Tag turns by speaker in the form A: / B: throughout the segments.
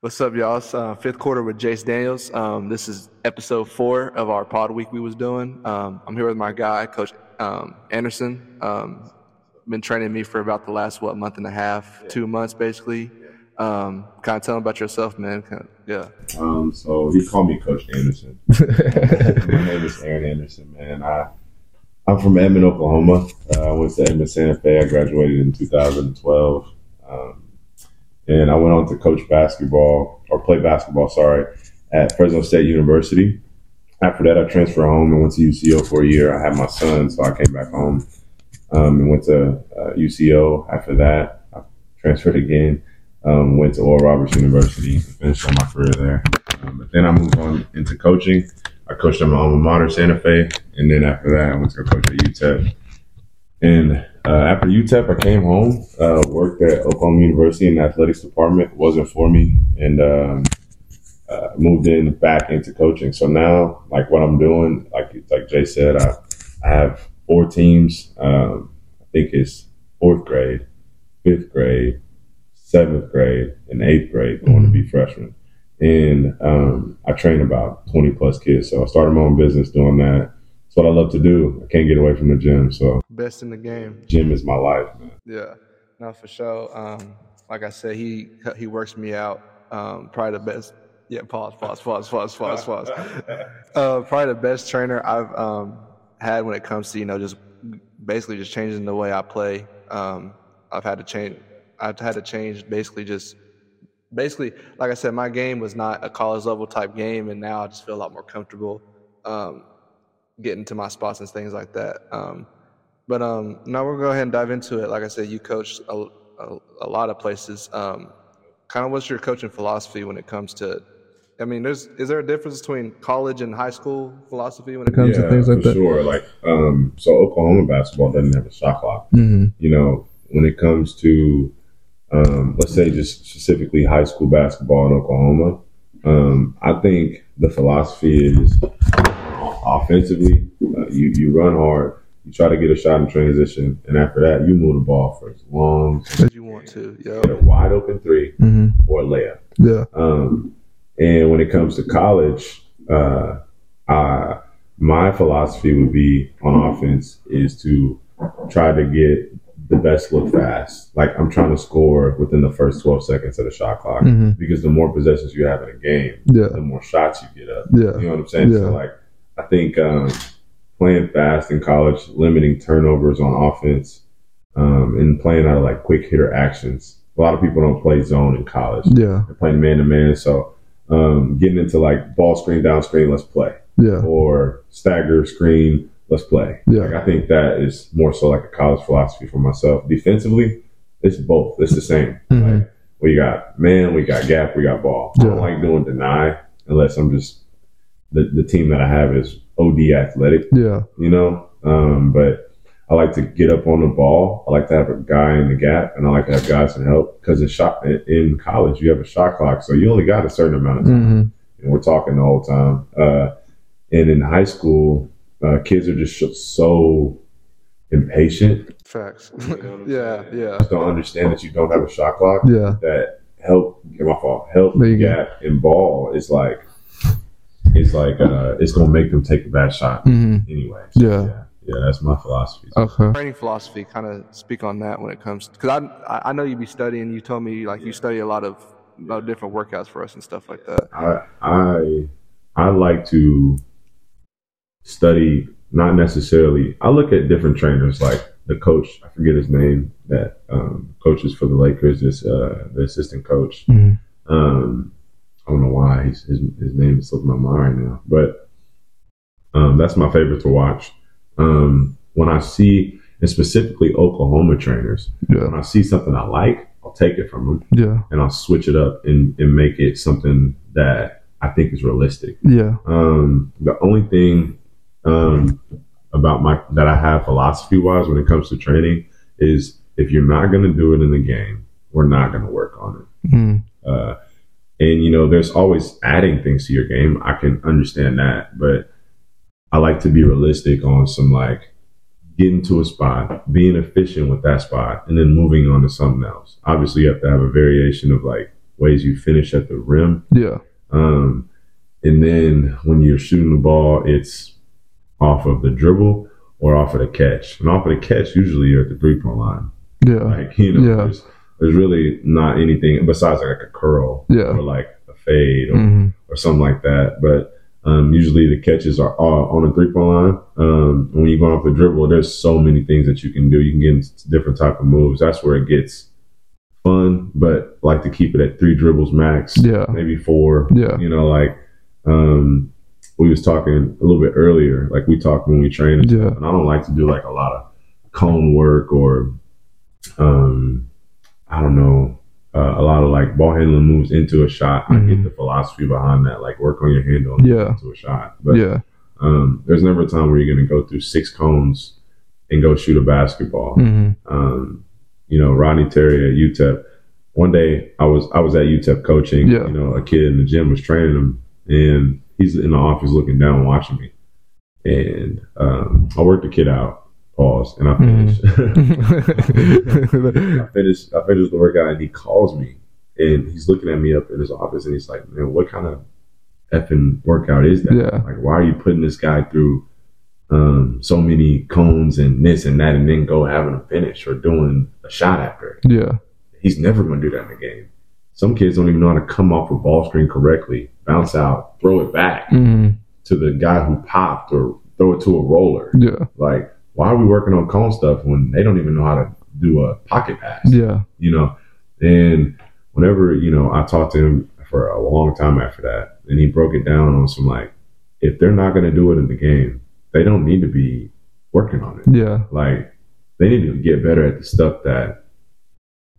A: What's up, y'all? It's, uh, fifth quarter with Jace Daniels. Um, this is episode four of our pod week we was doing. Um, I'm here with my guy, Coach um, Anderson. Um, been training me for about the last what month and a half, two months basically. Um, kind of tell him about yourself, man. Kinda, yeah.
B: Um, so he called me Coach Anderson. My name is Aaron Anderson, man. I I'm from Edmond, Oklahoma. Uh, I went to Edmond Santa Fe. I graduated in 2012, um, and I went on to coach basketball or play basketball. Sorry, at Fresno State University. After that, I transferred home and went to UCO for a year. I had my son, so I came back home um, and went to uh, UCO. After that, I transferred again. Um, went to Oral Roberts University and finished on my career there. Um, but then I moved on into coaching. I coached at my alma mater, Santa Fe, and then after that, I went to go coach at UTEP. And uh, after UTEP, I came home, uh, worked at Oklahoma University in the athletics department. wasn't for me, and um, uh, moved in back into coaching. So now, like what I'm doing, like like Jay said, I, I have four teams. Um, I think it's fourth grade, fifth grade, seventh grade, and eighth grade going to be freshmen and um, I train about 20 plus kids. So I started my own business doing that. It's what I love to do. I can't get away from the gym. So
A: Best in the game.
B: gym is my life, man.
A: Yeah, no, for sure. Um, like I said, he he works me out. Um, probably the best. Yeah, pause, pause, pause, pause, pause, pause. Uh, probably the best trainer I've um, had when it comes to you know just basically just changing the way I play. Um, I've had to change. I've had to change basically just basically like I said, my game was not a college level type game, and now I just feel a lot more comfortable um, getting to my spots and things like that. Um, but um, now we'll go ahead and dive into it. Like I said, you coached a, a, a lot of places. Um, kind of what's your coaching philosophy when it comes to? I mean, there's is there a difference between college and high school philosophy when it comes to things like
B: for
A: that?
B: sure. Like, um, so Oklahoma basketball doesn't have a shot clock.
A: Mm-hmm.
B: You know, when it comes to, um, let's say, just specifically high school basketball in Oklahoma, um, I think the philosophy is offensively, uh, you you run hard, you try to get a shot in transition, and after that, you move the ball for as long as you
A: As you want to, yeah,
B: get a wide open 3
A: mm-hmm.
B: or a layup.
A: yeah,
B: Um, and when it comes to college, uh, I, my philosophy would be on offense is to try to get the best look fast. Like I'm trying to score within the first 12 seconds of the shot clock
A: Mhm.
B: because the more possessions you have in a game,
A: yeah,
B: the more shots you get up.
A: yeah,
B: You know what I'm saying?
A: Yeah.
B: So like, I think um, playing fast in college, limiting turnovers on offense, um, and playing out of like quick hitter actions. A lot of people don't play zone in college
A: yeah,
B: they're playing man to man. So um, getting into like ball screen, down screen, let's play,
A: yeah,
B: or stagger screen, let's play.
A: Yeah.
B: Like, I think that is more so like a college philosophy for myself. Defensively, it's both. It's the same.
A: Mhm.
B: Like, we got man, we got gap, we got ball. I don't
A: Yeah.
B: like doing deny unless I'm just the, the team that I have is OD athletic
A: yeah,
B: you know. Um, but I like to get up on the ball. I like to have a guy in the gap, and I like to have guys in help because in shot in- in college you have a shot clock, so you only got a certain amount of time,
A: mm-hmm.
B: and we're talking the whole time. Uh, and in high school, uh, kids are just sh- so impatient.
A: facts,
B: You know what I'm
A: yeah,
B: saying?
A: yeah,
B: Just don't understand that you don't have a shot clock.
A: yeah,
B: That help, get my fault. Help
A: There you go.
B: gap and ball is like. It's like uh, it's gonna make them take a bad shot
A: mm-hmm.
B: anyway.
A: Yeah.
B: yeah, yeah, that's my philosophy.
A: Okay. Training philosophy, kind of speak on that when it comes because I I- I know you be studying. You told me like you study a lot of, lot of different workouts for us and stuff like that.
B: I I I like to study not necessarily I look at different trainers like the coach I forget his name that um, coaches for the Lakers this uh, the assistant coach
A: Mhm.
C: Mm-hmm.
B: um, I don't know why his, his his name is slipping my mind right now but um, that's my favorite to watch um, when I see and specifically Oklahoma trainers
A: Yeah.
B: when I see something I like I'll take it from them
A: Yeah.
B: and I'll switch it up and, and make it something that I think is realistic.
A: Yeah.
B: Um, the only thing um, about my that I have philosophy wise when it comes to training is if you're not going to do it in the game, we're not going to work on
C: Mm-hmm.
A: Mm.
B: it. Uh, and you know, there's always adding things to your game. I can understand that, but I like to be realistic on some like getting to a spot, being efficient with that spot, and then moving on to something else. Obviously, you have to have a variation of like ways you finish at the rim.
C: Yeah.
B: Um, and then when you're shooting the ball, it's off of the dribble or off of the catch. And off of the catch, usually you're at the three point line.
C: Yeah.
B: Like, you know,
C: Yeah.
B: there's, there's really not anything besides like a curl
C: Yeah.
B: or like a fade or,
C: Oh. hmm
B: or something like that. But um, usually the catches are all on the three point line. Um, when you go off the dribble, there's so many things that you can do. You can get into different type of moves. That's where it gets fun. But like to keep it at three dribbles max,
C: Yeah.
B: maybe four.
C: Yeah.
B: You know, like um, we was talking a little bit earlier. Like we talk when we train, and,
C: Yeah.
B: stuff, and I don't like to do like a lot of cone work or um, I don't know. Uh, a lot of like ball handling moves into a shot. I get
C: Mhm.
B: the philosophy behind that, like work on your handle
C: Yeah.
B: into a shot. But
C: yeah.
B: um, there's never a time where you're going to go through six cones and go shoot a basketball
C: hmm
B: um, you know, Rodney Terry at UTEP. One day I was I was at UTEP coaching,
C: Yeah.
B: you know, a kid in the gym was training him and he's in the office looking down watching me. And um, I worked the kid out, pause, and I
C: Mm-hmm.
B: finished. I finished I finished the workout and he calls me and he's looking at me up in his office and he's like, Man, what kind of effing workout is that?
C: Yeah.
B: Like why are you putting this guy through um, so many cones and this and that and then go having a finish or doing a shot after? it?
C: yeah.
B: He's never gonna do that in a game. Some kids don't even know how to come off a ball screen correctly, bounce out, throw it back
C: hmm
B: to the guy who popped or throw it to a roller.
C: Yeah.
B: Like, why are we working on cone stuff when they don't even know how to do a pocket pass?
C: Yeah.
B: you know. And whenever, you know, I talked to him for a long time after that, and he broke it down on some like, if they're not going to do it in the game, they don't need to be working on it.
C: Yeah.
B: Like, they need to get better at the stuff that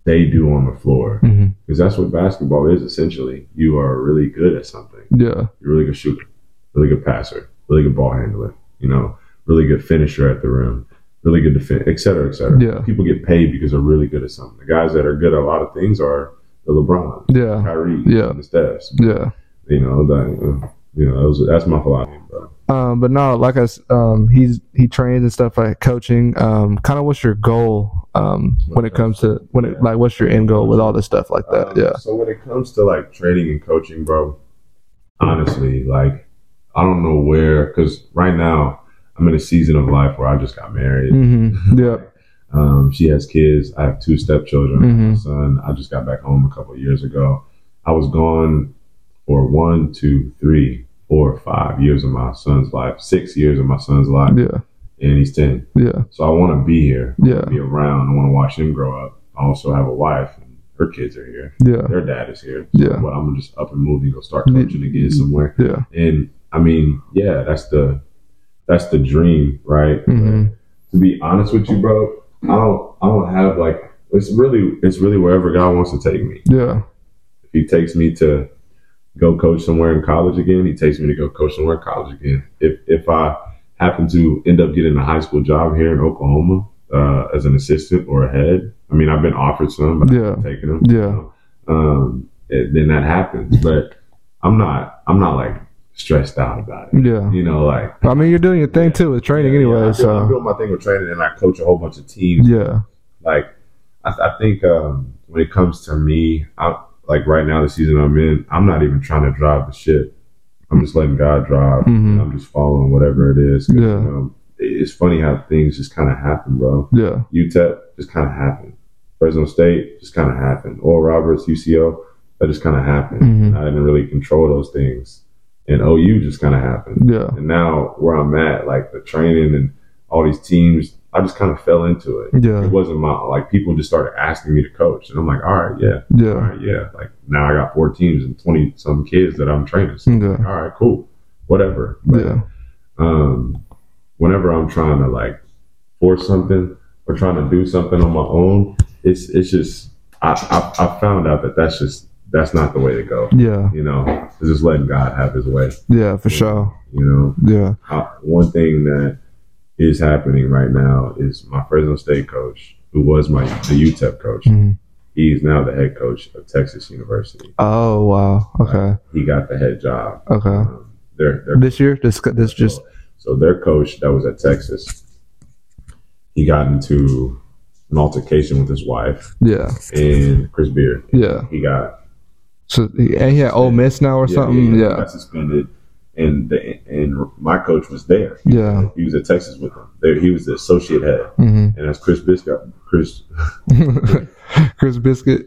B: they do on the floor
C: hmm
B: because that's what basketball is essentially. You are really good at something.
C: Yeah.
B: You're a really good shooter, really good passer, really good ball handler, you know, really good finisher at the rim, really good defense, et cetera, et cetera.
C: Yeah.
B: People get paid because they're really good at something. The guys that are good at a lot of things are the LeBron,
C: Yeah.
B: Kyrie,
C: Yeah.
B: and the Stephs.
C: Yeah.
B: You know, that, you know, that was, that's my philosophy, bro.
C: Um, but no, like I, s- um, he's he trains and stuff like coaching. Um, kind of what's your goal um, when it comes to when it like what's your end goal with all this stuff like that?
B: Um, So when it comes to like training and coaching, bro, honestly, like I don't know where because right now I'm in a season of life where I just got
C: Yeah.
B: married.
C: Mm-hmm. Yep.
B: Um, she has kids. I have two stepchildren. My
C: Mhm.
B: son. I just got back home a couple of years ago. I was gone for one, two, three, four, five years of my son's life. Six years of my son's life,
C: Yeah.
B: and he's ten.
C: Yeah.
B: So I want to be here. I wanna
C: Yeah.
B: Be around. I want to watch him grow up. I also have a wife, and her kids are here
C: Yeah.
B: their dad is here.
C: Yeah.
B: But I'm gonna just up and move and go start coaching again somewhere.
C: Yeah.
B: And I mean, yeah, that's the that's the dream, right?
C: hmm
B: To be honest with you, bro, I don't I don't have like it's really it's really wherever God wants to take me.
C: Yeah.
B: If he takes me to go coach somewhere in college again, he takes me to go coach somewhere in college again. If if I happen to end up getting a high school job here in Oklahoma, uh, as an assistant or a head, I mean I've been offered some, but
C: Yeah.
B: I've taken them
C: Yeah.
B: um, it, then that happens. But I'm not, I'm not like stressed out about it.
C: Yeah.
B: You know, like
C: I mean, you're doing your thing too with training
B: yeah,
C: anyway.
B: yeah, I, do, I do
C: so
B: my thing with training, and I coach a whole bunch of teams.
C: yeah.
B: Like, I, I think um, when it comes to me, I like right now the season I'm in, I'm not even trying to drive the ship. I'm just letting God drive.
C: Mhm.
B: And I'm just following whatever it is. 'Cause,
C: Yeah.
B: You know, it- it's funny how things just kind of happen, bro.
C: Yeah.
B: UTEP just kind of happened. Fresno State just kind of happened. Oral Roberts, UCO, that just kind of happened.
C: Mhm.
B: I didn't really control those things. And OU just kind of happened.
C: Yeah.
B: And now where I'm at, like the training and all these teams, I just kind of fell into it.
C: Yeah.
B: It wasn't my, like people just started asking me to coach. And I'm like, all right, yeah, all
C: Yeah.
B: right, yeah. Like now I got four teams and 20 some kids that I'm training. So,
A: Hmm.
C: Yeah.
B: all right, cool, whatever. But
C: Yeah.
B: um, whenever I'm trying to like force something or trying to do something on my own, it's it's just I I, I found out that that's just that's not the way to go.
C: Yeah.
B: You know, it's just letting God have His way.
C: Yeah. For sure.
B: You know,
C: Yeah.
B: I, one thing that is happening right now is my Fresno State coach, who was my the UTEP coach,
A: Mm-hmm.
C: Mhm.
B: he is now the head coach of Texas University.
C: Oh wow. Okay.
B: He got the head job.
C: Okay.
B: Um, they're they're
C: This year, this this just
B: so their coach that was at Texas, he got into an altercation with his wife
C: yeah.
B: and Chris Beard.
C: Yeah.
B: He got
A: So he- and he had Ole Miss now or something.
B: he
A: Yeah,
B: got suspended, and the, and my coach was there.
A: yeah.
B: He was at Texas with them. There, he was the associate head,
A: Mhm.
B: and that's Chris Biscott, Chris
A: Mm-hmm. Chris Biscuit.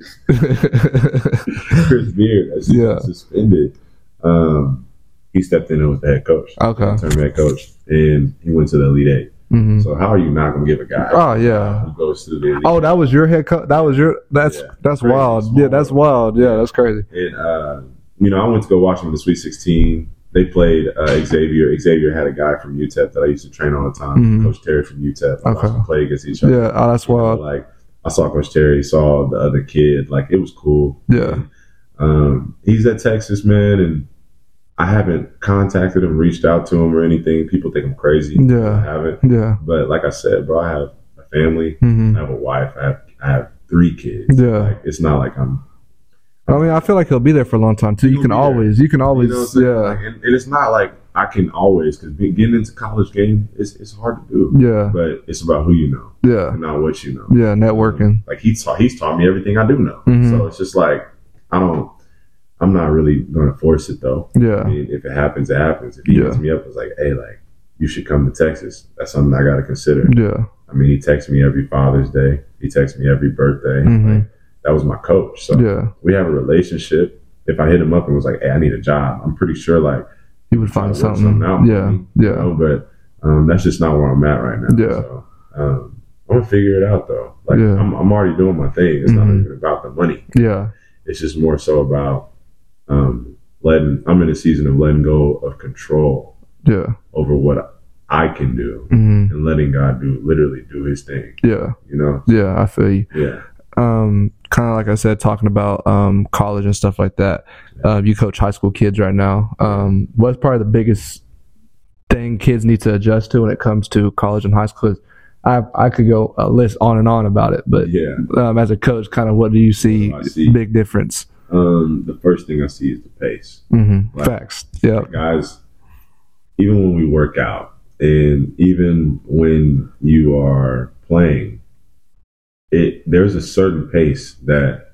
B: Chris Beard as he
A: Yeah.
B: got suspended. Um, he stepped in and was the head coach.
A: Okay.
B: Interim head coach, and he went to the Elite 8
A: hmm
B: So how are you not gonna give a guy
A: Oh yeah.
B: who goes to the Elite
A: Oh, that was your head coach. That was your. That's
B: Yeah.
A: that's
B: Crazy.
A: wild. Yeah, that's wild. Yeah, that's crazy.
B: And uh, you know, I went to go watch them in the Sweet 16. They played uh, Xavier. Xavier had a guy from UTEP that I used to train all the time,
A: Mhm.
B: Coach Terry from UTEP. I watched
A: Okay.
B: them play against each other.
A: Yeah. Oh, that's
B: You know,
A: wild.
B: like I saw Coach Terry, saw the other kid. Like it was cool.
A: Yeah.
B: Um, he's at Texas, man, and I haven't contacted him, reached out to him, or anything. People think I'm crazy.
A: Yeah.
B: I haven't.
A: Yeah.
B: But like I said, bro, I have a family.
A: hmm
B: I have a wife. I have I have three kids.
A: Yeah.
B: Like it's not like I'm
A: I mean, I feel like he'll be there for a long time too. You
B: He'll
A: can
B: be there.
A: always. You can always.
B: You know what I'm saying?
A: yeah.
B: Like, and, and it's not like I can always because getting into college game it's it's hard to do.
A: Yeah.
B: But it's about who you know
A: Yeah.
B: and not what you know.
A: Yeah. Networking.
B: Like he taught he's taught me everything I do know.
A: Mhm.
B: So it's just like I don't. I'm not really going to force it though. I
A: Yeah.
B: mean, if it happens, it happens. If he
A: Yeah.
B: hits me up, it's like, hey, like you should come to Texas. That's something I got to consider.
A: Yeah.
B: I mean, he texts me every Father's Day. He texts me every birthday.
A: Mhm.
B: Like, that was my coach. So
A: Yeah.
B: we have a relationship. If I hit him up and was like, hey, I need a job, I'm pretty sure like.
A: You would find
B: Work
A: something.
B: something out,
A: Yeah.
B: maybe. you
A: Yeah.
B: know, but um, that's just not where I'm at right now.
A: Yeah.
B: So, um, I'm gonna figure it out though. Like
A: Yeah.
B: I'm, I'm already doing my thing. It's not
A: Mhm.
B: even about the money.
A: Yeah.
B: It's just more so about um, letting. I'm in a season of letting go of control
A: Yeah.
B: over what I can do
A: hmm
B: and letting God do literally do His thing.
A: Yeah.
B: You know?
A: Yeah. I feel you.
B: Yeah.
A: um kind of like i said talking about um college and stuff like that uh, you coach high school kids right now um what's probably the biggest thing kids need to adjust to when it comes to college and high school is i i could go a list on and on about it but
B: Yeah.
A: um as a coach kind of what do you see,
B: What do I see?
A: big difference
B: Um, the first thing I see is the pace.
A: mm-hmm.
B: Right.
A: facts yeah
B: guys, even when we work out and even when you are playing, it there's a certain pace that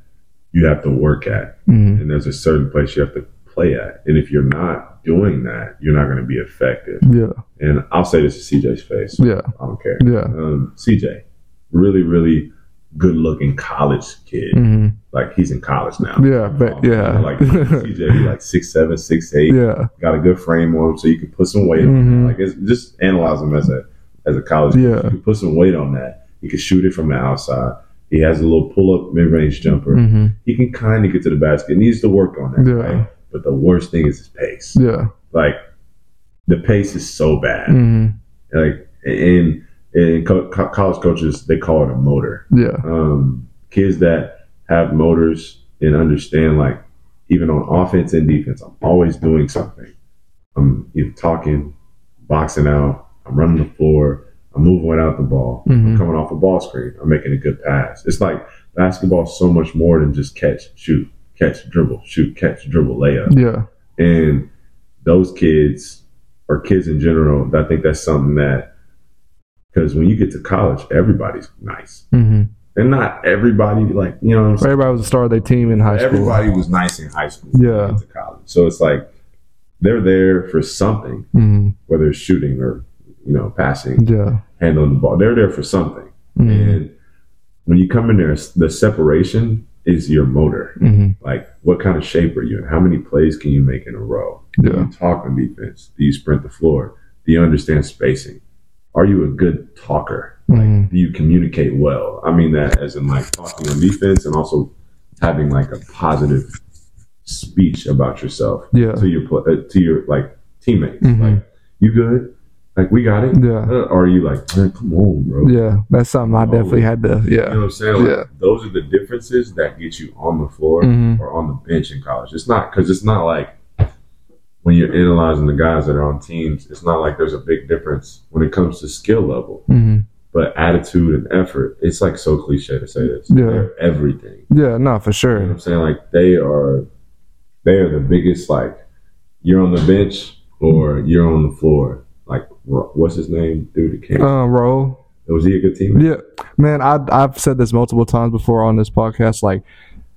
B: you have to work at,
A: hmm
B: and there's a certain place you have to play at. And if you're not doing that, you're not going to be effective.
A: yeah
B: And I'll say this to CJ's face.
A: yeah
B: I don't care.
A: yeah
B: Um, CJ, really, really good looking college kid.
A: hmm
B: Like he's in college now. Um,
A: Yeah, but- yeah.
B: Like CJ, he like six seven, six eight
A: yeah
B: got a good frame on him, so you can put some weight on
A: Mhm.
B: it. Like it's, just analyze him as a as a college.
A: Yeah.
B: you can put some weight on that. He can shoot it from the outside. He has a little pull up mid range jumper.
A: hmm
B: He can kind of get to the basket. He needs to work on that.
A: Yeah.
B: Right? But the worst thing is his pace.
A: yeah
B: Like the pace is so bad.
A: hmm
B: Like and and co- co- college coaches they call it a motor.
A: yeah
B: Um, kids that have motors and understand like even on offense and defense, I'm always doing something. I'm either talking, boxing out, I'm running the floor, I'm moving without the ball,
A: Mhm.
B: I'm coming off a ball screen, I'm making a good pass. It's like basketball is so much more than just catch, shoot, catch, dribble, shoot, catch, dribble, layup.
A: yeah
B: And those kids or kids in general, I think that's something that because when you get to college, everybody's nice.
A: hmm
B: And not everybody, like, you know what I'm saying?
A: everybody was a star of their team in high school
B: Everybody was nice in high school.
A: Yeah.
B: To college. So it's like they're there for something,
A: hmm
B: whether it's shooting or, you know, passing,
A: yeah
B: handling the ball. They're there for something.
A: hmm
B: And when you come in there, the separation is your motor.
A: hmm
B: Like, what kind of shape are you in? How many plays can you make in a row? Do
A: Yeah.
B: you talk on defense? Do you sprint the floor? Do you understand spacing? Are you a good talker?
A: Mhm.
B: do you communicate well? I mean that as in like talking on defense and also having like a positive speech about yourself
A: Yeah.
B: to your pl- uh, to your like teammates.
A: Mhm.
B: Like you good? Like we got it?
A: Yeah.
B: Uh, or are you like man, come on, bro?
A: Yeah, that's something I definitely had to.
B: You know
A: Yeah,
B: what I'm saying? Like,
A: Yeah.
B: Those are the differences that get you on the floor
A: Mhm.
B: or on the bench in college. It's not because it's not like when you're analyzing the guys that are on teams. It's not like there's a big difference when it comes to skill level
A: hmm
B: but attitude and effort it's like so cliche to say this
A: Yeah.
B: they're everything
A: yeah, no, for
B: you know what
A: sure.
B: i'm saying like they are they are the biggest like you're on the bench or you're on the floor like wh- what's his name dude that came
A: Uh, roll.
B: was he a good teammate
A: Yeah, man, I I've said this multiple times before on this podcast. Like,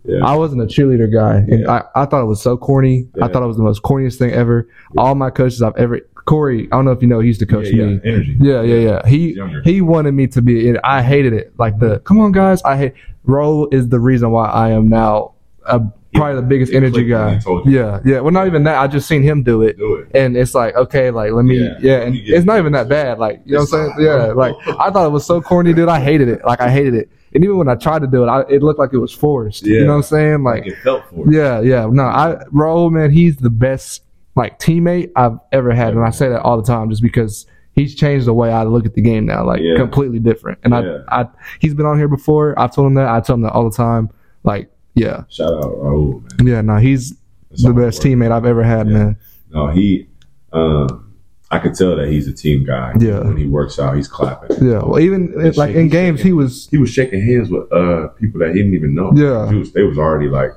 B: Yeah.
A: I wasn't a cheerleader guy, and
B: Yeah.
A: I, I thought it was so corny. I
B: Yeah.
A: thought it was the most corniest thing ever. All my coaches I've ever Corey, I don't know if you know, he used to coach
B: yeah,
A: me.
B: yeah, energy.
A: Yeah, yeah, yeah. He
B: Younger.
A: he wanted me to be. in I hated it. Like the come on guys, I hate. Roll is the reason why I am now a, probably the biggest
B: It
A: energy
B: clicked when
A: guy.
B: they told you
A: Yeah, yeah. Well, not even that. I just seen him do it,
B: to Do it.
A: and it's like okay, like let me,
B: Yeah.
A: yeah.
B: Let
A: and
B: me get
A: it's not
B: it.
A: even that bad. Like you know
B: It's
A: what I'm saying?
B: not.
A: Yeah. Like I thought it was so corny, dude. I hated it. Like I hated it. And even when I tried to do it, I, it looked like it was forced.
B: Yeah.
A: You know what I'm saying? Like
B: it felt for it.
A: yeah, yeah. No, I Raul, man, he's the best like teammate I've ever had, and I say that all the time, just because he's changed the way I look at the game now, like
B: Yeah.
A: completely different. And
B: Yeah.
A: I, I, he's been on here before. I told him that. I tell him that all the time. Like, yeah,
B: Shout out Raul, man.
A: yeah. No, he's
B: That's
A: the
B: all
A: best
B: for it.
A: teammate I've ever had,
B: Yeah.
A: man.
B: No, he. Um, I could tell that he's a team guy.
A: Yeah.
B: When he works out, he's clapping.
A: Yeah. Well, even
B: He's
A: like
B: shaking,
A: in games,
B: shaking.
A: he was.
B: He was shaking hands with uh people that he didn't even know.
A: Yeah.
B: He was- they was already like.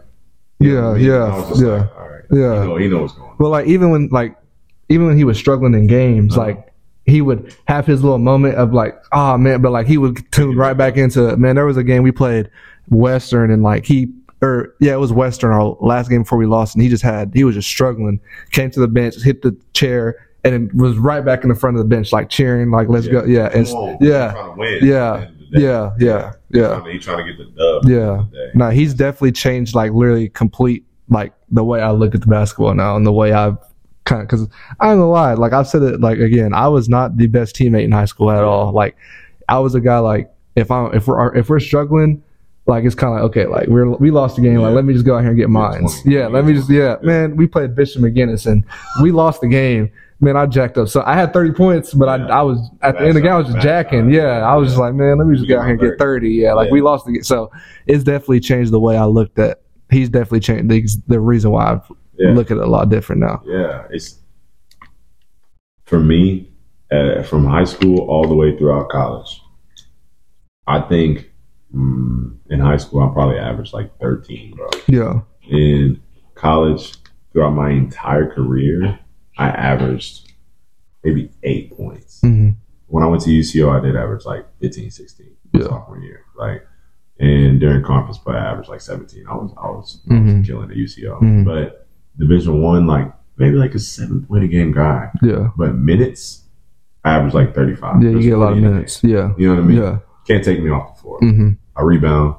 B: you know what
A: Yeah,
B: I mean? I was
A: yeah,
B: just
A: yeah,
B: like, all right.
A: yeah.
B: He know, he know what's going on.
A: Well, like even when like even when he was struggling in games,
B: Uh-huh.
A: like he would have his little moment of like, oh man, but like he would tune right back into it. Man, there was a game we played Western and like he or yeah, it was Western our last game before we lost, and he just had he was just struggling. Came to the bench, hit the chair, and it was right back in the front of the bench, like cheering, like let's
B: Yeah.
A: go, yeah,
B: Come
A: it's,
B: on, he
A: yeah,
B: Trying to win.
A: yeah,
B: at the end of the day.
A: yeah, yeah,
B: He
A: yeah,
B: trying to- He trying to get the dub. at the
A: yeah.
B: end of the day.
A: No, he's definitely changed like literally complete like the way I look at the basketball now and the way I've kind of because I'm gonna lie, like I've said it like again, I was not the best teammate in high school at all. Like I was a guy like if I'm if we're if we're struggling. Like it's kind of like, okay, like we're we lost the game. Like
B: Yeah.
A: let me just go out here and get mine.
B: 20.
A: Yeah, let me just yeah, man. We played Bishop McGinnis and we lost the game. Man, I jacked up. So I had thirty points, but
B: Yeah.
A: I I was at the end of the game I was just
B: Backside,
A: jacking.
B: backside.
A: Yeah, I was just like, man, let me just
B: You
A: go out here and
B: get
A: get thirty. Yeah, like
B: Yeah.
A: we lost the game. So it's definitely changed the way I looked at. He's definitely changed the, the reason why I
B: Yeah.
A: look at it a lot different now.
B: Yeah, it's for me uh, from high school all the way throughout college. I think mm, in high school I probably averaged like thirteen, bro.
A: Yeah,
B: In college, throughout my entire career, I averaged maybe eight points.
A: hmm
B: When I went to UCO, I did average like 15, 16
A: Yeah.
B: sophomore year, like. And during conference play, I averaged like seventeen. I was I was, I was
A: Mhm.
B: killing at UCO,
A: Mhm.
B: but Division One, like maybe like a seven point a game guy,
A: yeah,
B: but minutes, I average like 35.
A: yeah. You
B: There's
A: get a lot of
B: 40 in a
A: minutes. Yeah,
B: game. You know what I mean?
A: yeah,
B: Can't take me off the floor.
A: hmm
B: I rebound.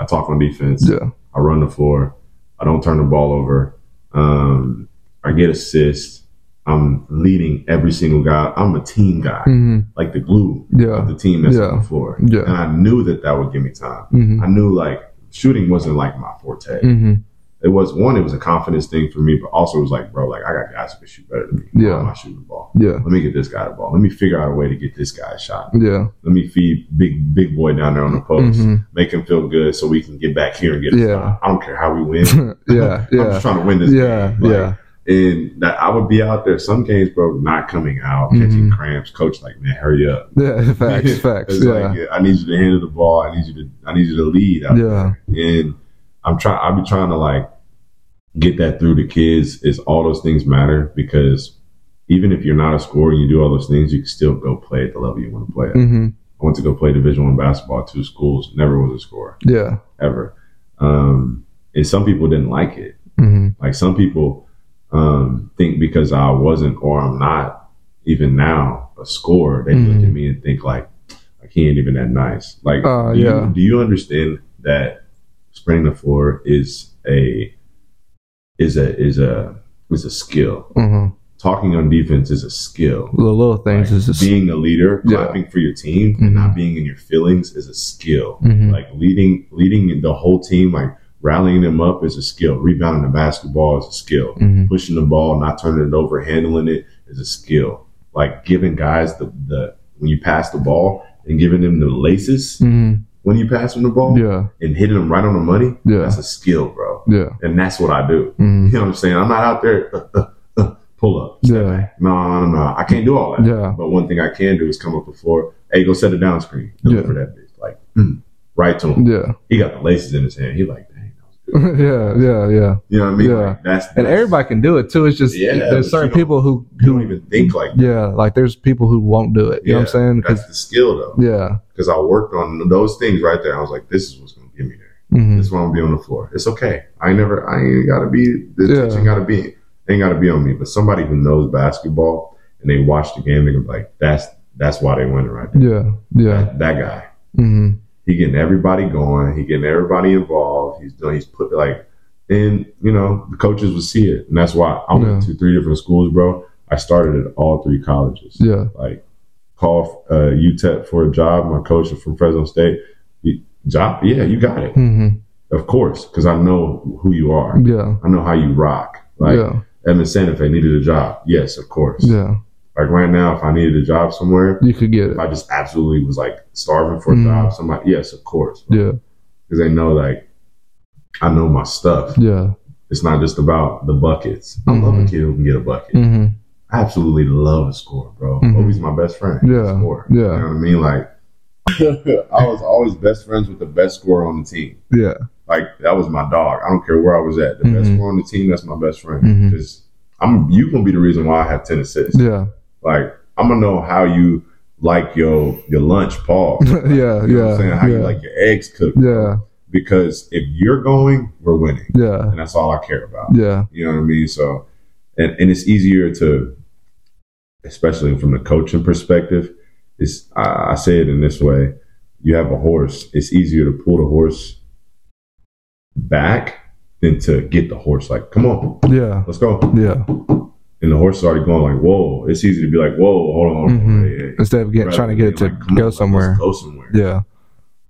B: I talk on defense.
A: yeah,
B: I run the floor. I don't turn the ball over. Um, I get assists. I'm leading every single guy. I'm a team guy,
A: hmm
B: like the glue of
A: yeah,
B: the team that's on
A: Yeah.
B: the floor.
A: Yeah.
B: And I knew that that would give me time.
A: hmm
B: I knew like shooting wasn't like my forte.
A: hmm
B: It was one, it was a confidence thing for me, but also it was like, bro, like I got guys who can shoot better than me.
A: Yeah.
B: Why am I shooting the ball?
A: yeah,
B: Let me get this guy the ball. Let me figure out a way to get this guy a shot.
A: yeah,
B: Let me feed big big boy down there on the post,
A: Mhm.
B: make him feel good, so we can get back here and get. a
A: Yeah.
B: shot. I don't care how we win.
A: yeah,
B: I'm
A: yeah,
B: just trying to win this.
A: yeah,
B: game. Like,
A: yeah.
B: And that I would be out there some games, bro, not coming out, catching cramps. Coach, like, man, hurry up.
A: Yeah, Mm-hmm. facts, facts.
B: It's
A: Yeah,
B: like, I need you to handle the ball. I need you to. I need you to lead. out
A: yeah,
B: and I'm trying. I'll be trying to like get that through to kids. Is all those things matter because even if you're not a scorer and you do all those things, you can still go play at the level you want to play. At.
A: hmm
B: I went to go play Division One basketball at two schools. Never was a scorer
A: yeah,
B: ever, um, and some people didn't like it.
A: hmm
B: Like some people um, think because I wasn't or I'm not even now a scorer, they look at me and think like, like he ain't even that nice. Like,
A: Mm-hmm. Uh,
B: do, you-
A: yeah.
B: do you understand that spraying the floor is a is a is a is a skill?
A: hmm
B: Talking on defense is a skill.
A: The little things
B: Like,
A: is just.
B: being a leader,
A: Yeah. Mm-hmm.
B: clapping for your team, and not being in your feelings is a skill.
A: Mhm.
B: Like leading leading the whole team, like rallying them up is a skill. Rebounding the basketball is a skill.
A: Mhm.
B: Pushing the ball, not turning it over, handling it is a skill. Like giving guys the, the when you pass the ball and giving them the laces
A: hmm
B: when you pass them the ball
A: Yeah,
B: and hitting them right on the money,
A: Yeah.
B: that's a skill, bro.
A: yeah,
B: And that's what I do.
A: Mhm.
B: You know what I'm saying? I'm not out there uh, uh, uh, pull up.
A: yeah,
B: No, no, no. I can't do all that.
A: Yeah.
B: But one thing I can do is come up the floor. Hey, go set a down screen.
A: Yeah.
B: For that bitch. Like, mm, right to him.
A: yeah,
B: He got the laces in his hand. He like, dang, that was good.
A: yeah, yeah, yeah.
B: You know what I mean?
A: Yeah.
B: Like, that's, that's
A: and everybody can do it too. It's just
B: Yeah, but
A: there's certain
B: you don't-
A: people who
B: you don't even think like that.
A: yeah, like there's people who won't do it. You know what I'm saying? 'Cause-
B: That's the skill though.
A: yeah,
B: Because I worked on those things right there. I was like, this is what's gonna get me there.
A: Mhm.
B: This one will be on the floor. It's okay. I ain't never. I ain't gotta be. The
A: Yeah.
B: attention gotta be. Ain't gotta be on me. But somebody who knows basketball and they watch the game, they can be like, that's that's why they winning right there.
A: Yeah. Yeah.
B: That, that guy.
A: Mm-hmm.
B: He getting everybody going. He getting everybody involved. He's doing. He's put like, and you know the coaches would see it, and that's why I went
A: Yeah.
B: to three different schools, bro. I started at all three colleges.
A: Yeah.
B: Like, call uh, UTEP for a job. My coach is from Fresno State. He- job, yeah, you got it,
A: Mm-hmm.
B: of course, because I know who you are.
A: Yeah.
B: I know how you rock. Like
A: yeah.
B: Evan Santa Fe needed a job, yes, of course.
A: Yeah.
B: Like right now, if I needed a job somewhere,
A: You could get it.
B: if I just absolutely was like starving for a
A: Mhm.
B: job, somebody, yes, of course
A: Yeah.
B: because they know like I know my stuff.
A: Yeah.
B: It's not just about the buckets. I love a
A: Mhm.
B: kid who can get a bucket.
A: Mm-hmm.
B: I absolutely love a score, bro.
A: Mhm.
B: Kobe's my best friend.
A: Yeah,
B: Scorer.
A: yeah.
B: You know what I mean? Like I was always best friends with the best scorer on the team.
A: Yeah.
B: Like that was my dog. I don't care where I was at. The best
A: Mhm.
B: scorer on the team, that's my best friend.
A: Mhm.
B: Because I'm you gonna be the reason why I have ten assists.
A: Yeah.
B: Like I'm gonna know how you like your your lunch, Paul. You
A: yeah.
B: know what I'm saying?
A: Yeah.
B: How
A: yeah.
B: you like your eggs cooked.
A: yeah.
B: Because if you're going, we're winning
A: Yeah.
B: and that's all I care about.
A: Yeah.
B: You know what I mean? So, and, and it's easier to, especially from the coaching perspective, it's, I, I say it in this way you have a horse, it's easier to pull the horse back than to get the horse, like, come on,
A: Yeah.
B: let's go.
A: Yeah.
B: And the horse is already going, like, whoa. It's easy to be like, whoa, hold on, hold on.
A: Mhm.
B: hey, hey.
A: Instead of getting
B: Rather
A: trying to
B: than
A: get it to
B: being like, "Come on,
A: go
B: let's
A: somewhere.
B: Go somewhere.
A: Yeah.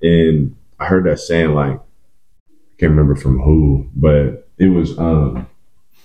B: and I heard that saying like I can't remember from who, but it was um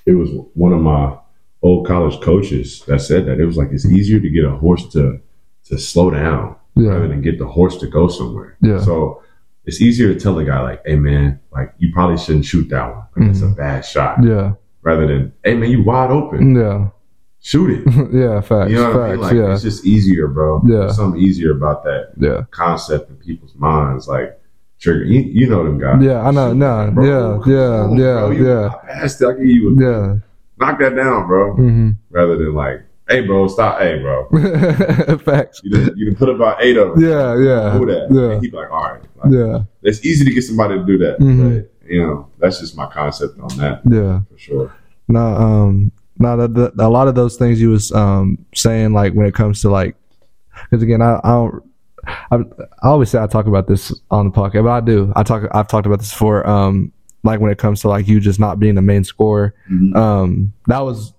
B: it was one of my old college coaches that said that it was like it's easier to get a horse to to slow down rather
A: Yeah.
B: than get the horse to go somewhere.
A: Yeah.
B: So it's easier to tell the guy like, "Hey man, like you probably shouldn't shoot that one. Like that's a bad shot."
A: Mm-hmm. Yeah.
B: Rather than, "Hey man, you wide open,
A: Yeah.
B: shoot it."
A: yeah. Facts.
B: You know what I mean?
A: facts.
B: Like it's just easier, bro.
A: Yeah.
B: There's something easier about that
A: yeah.
B: concept in people's minds, like trigger. You, you know them
A: Yeah.
B: guys.
A: Yeah. I know. No.
B: Bro,
A: Yeah.
B: come
A: Yeah.
B: on,
A: Yeah.
B: bro, you-
A: Yeah.
B: I passed it. I give you a,
A: Yeah.
B: knock that down, bro.
A: Mm-hmm.
B: Rather than like, hey, bro, stop. Hey, bro, Mm-hmm.
A: facts.
B: you done, you done put about eight of them.
A: Yeah. Yeah.
B: Do that.
A: Yeah.
B: And he'd be like, all right. Like,
A: Yeah.
B: It's easy to get somebody to do that.
A: Mhm.
B: But, you know, that's just my concept on that
A: Yeah.
B: for sure.
A: No, um, no, that, that, a lot of those things you was um saying, like when it comes to like, because again, I, I don't, I, I always say I talk about this on the podcast, but I do. I talk, I've talked about this before. Um, like when it comes to like you just not being the main scorer.
B: Mhm.
A: Um, that was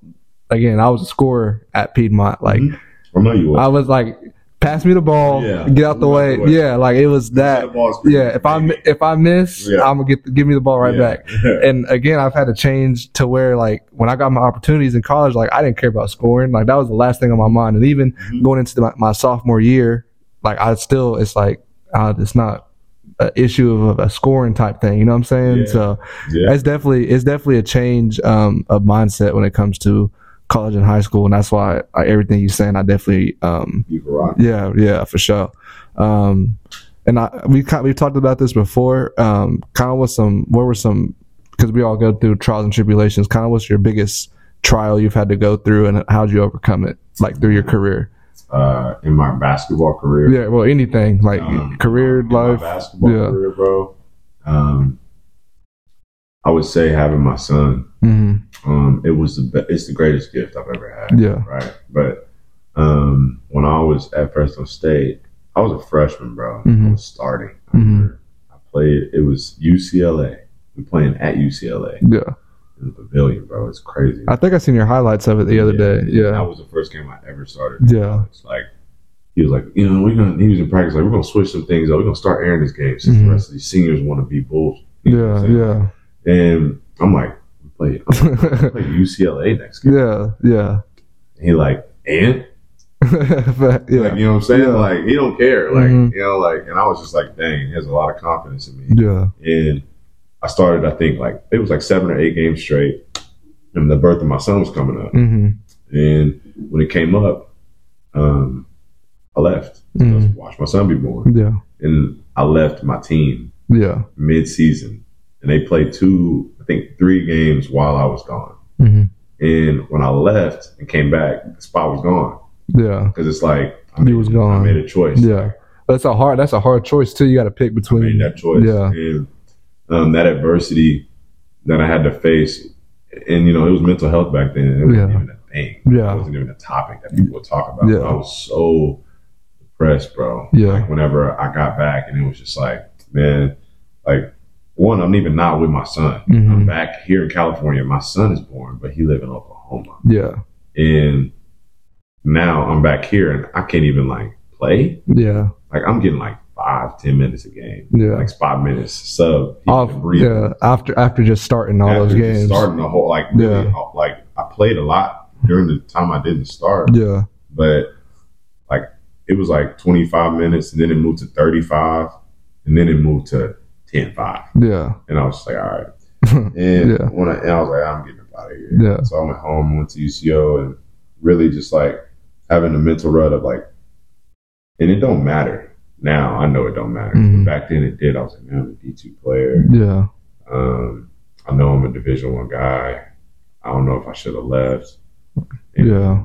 A: again, I was a scorer at Piedmont. Like
B: Mhm. I know you
A: I
B: will.
A: was like, pass me the ball, get out
B: Yeah.
A: the
B: Get out
A: way.
B: the way.
A: Yeah, like it was that. Yeah, if I mi- if I miss,
B: Yeah.
A: I'm gonna get give me the ball right back and again, I've had to change to where like when I got my opportunities in college, like I didn't care about scoring. Like that was the last thing on my mind. And even
B: Mhm.
A: going into my, my sophomore year, like I still, it's like uh, it's not an issue of a scoring type thing. You know what I'm saying?
B: Yeah.
A: So
B: yeah.
A: it's definitely it's definitely a change um, of mindset when it comes to college and high school, and that's why I, everything you're saying, I definitely um,
B: You can rock.
A: yeah, yeah, for sure. Um, and I, we kind we've talked about this before. Um, kind of what some what were some because we all go through trials and tribulations. Kind of what's your biggest trial you've had to go through, and how'd you overcome it? Like through your career,
B: Uh, in my basketball career,
A: yeah. Well, anything like
B: Um,
A: career
B: in my
A: life,
B: basketball
A: yeah.
B: career, bro. Um, I would say having my son.
A: hmm
B: Um, it was the be- it's the greatest gift I've ever had.
A: yeah,
B: Right, but um, when I was at Fresno State, I was a freshman, bro. I
A: Mhm.
B: was starting. I
A: Mhm.
B: remember I played. It was UCLA. We playing at UCLA in
A: yeah.
B: the pavilion, bro. It's crazy.
A: I think I seen your highlights of it the other day.
B: That
A: Yeah,
B: was the first game I ever started.
A: yeah,
B: It's like he was like, you know, we're gonna. He was in practice like we're gonna switch some things up. We're gonna start airing this game since
A: Mhm.
B: the rest of these seniors want to be bulls. You know what
A: yeah,
B: I'm saying?
A: yeah,
B: And I'm like, we play, I'm like, we play UCLA next game.
A: yeah, yeah,
B: And he like, and
A: But,
B: like,
A: yeah,
B: you know what I'm saying?
A: Yeah.
B: Like he don't care. Like
A: Mhm.
B: you know, like and I was just like, dang, he has a lot of confidence in me.
A: yeah,
B: And I started, I think like it was like seven or eight games straight. And the birth of my son was coming up.
A: hmm
B: And when it came up, um, I left.
A: Mhm.
B: to watch my son be born.
A: yeah,
B: and I left my team
A: yeah,
B: mid season and they played two, I think three games while I was gone.
A: hmm
B: And when I left and came back, the spot was gone
A: yeah.
B: because it's like I
A: You
B: made,
A: was gone.
B: I made a choice.
A: Yeah, that's a hard. That's a hard choice too. You got to pick
B: I made
A: between.
B: that choice.
A: Yeah.
B: And um, that adversity that I had to face, and you know, it was mental health back then. It wasn't
A: Yeah.
B: even a thing.
A: Yeah.
B: It wasn't even a topic that people would talk about.
A: Yeah.
B: I was so depressed, bro.
A: Yeah.
B: Like whenever I got back, and it was just like, man, like one, I'm even not with my son. I'm
A: Mhm.
B: back here in California. My son is born, but he live in Oklahoma,
A: Yeah.
B: and now I'm back here, and I can't even like play.
A: Yeah.
B: Like I'm getting like five, ten minutes a game,
A: Yeah.
B: like five minutes sub, even
A: Off,
B: breathing.
A: yeah. After after just starting all
B: After
A: those
B: just
A: games.
B: starting the whole like really, uh,
A: Yeah.
B: like I played a lot during the time I didn't start,
A: Yeah.
B: but like it was like 25 minutes, and then it moved to 35, and then it moved to 10 5.
A: Yeah.
B: And I was just like, all right. And
A: Yeah.
B: when I, and I was like, I'm getting up out of here.
A: Yeah.
B: So I went home, went to UCO, and really just like having a mental rut of like, and it don't matter now. I know it don't matter.
A: Mhm.
B: But back then it did. I was like, man, I'm a D two player.
A: Yeah.
B: Um, I know I'm a Division one guy. I don't know if I should have left. And,
A: Yeah.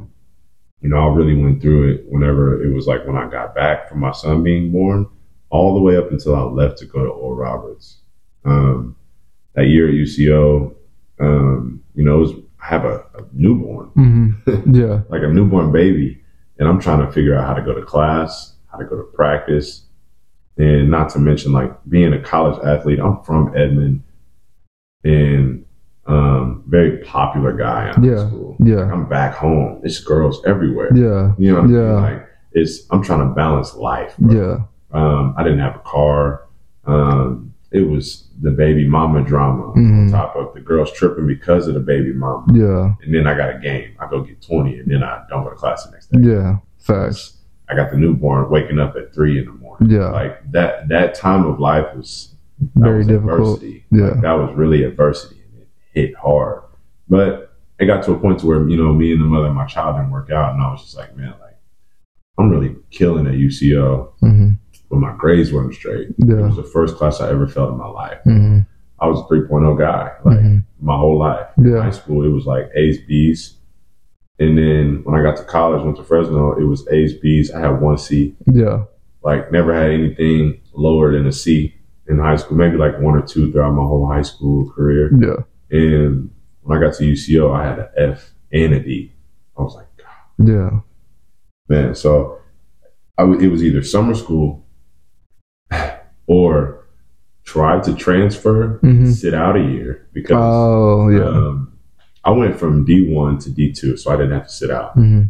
B: You know, I really went through it whenever it was like when I got back from my son being born, all the way up until I left to go to Oral Roberts. Um, that year at UCO, um, you know, it was, I have a, a newborn,
A: hmm Yeah.
B: like a newborn baby, and I'm trying to figure out how to go to class, how to go to practice, and not to mention like being a college athlete. I'm from Edmond, and um, very popular guy in
A: Yeah.
B: high school.
A: Yeah.
B: I'm back home. It's girls everywhere.
A: Yeah.
B: You know, what I mean?
A: Yeah.
B: like it's I'm trying to balance life. bro.
A: Yeah.
B: Um, I didn't have a car. Um, it was the baby mama drama
A: Mhm.
B: on top of the girls tripping because of the baby mama.
A: Yeah.
B: And then I got a game. I go get 20, and then I don't go to class the next day.
A: Yeah. Facts.
B: I got the newborn waking up at three in the morning.
A: Yeah.
B: Like that, that time of life was that
A: Very
B: was
A: difficult.
B: Adversity.
A: Yeah.
B: That was really adversity. and It hit hard. But it got to a point to where, you know, me and the mother of my child didn't work out. And I was just like, man, like, I'm really killing at UCO,
A: hmm
B: but my grades weren't straight. It
A: Yeah.
B: was the first class I ever felt in my life.
A: hmm
B: I was a 3.0 guy, like
A: Mhm.
B: my whole life high
A: Yeah.
B: school, it was like A's, B's. And then when I got to college, went to Fresno, it was A's, B's. I had one C.
A: Yeah.
B: Like, never had anything lower than a C in high school, maybe like one or two throughout my whole high school career.
A: Yeah.
B: And when I got to UCO, I had an F and a D. I was like, God,
A: Yeah.
B: man. So I w- it was either summer school or try to transfer,
A: Mhm.
B: sit out a year because.
A: Oh yeah.
B: Um, I went from D1 to D2, so I didn't have to sit out.
A: hmm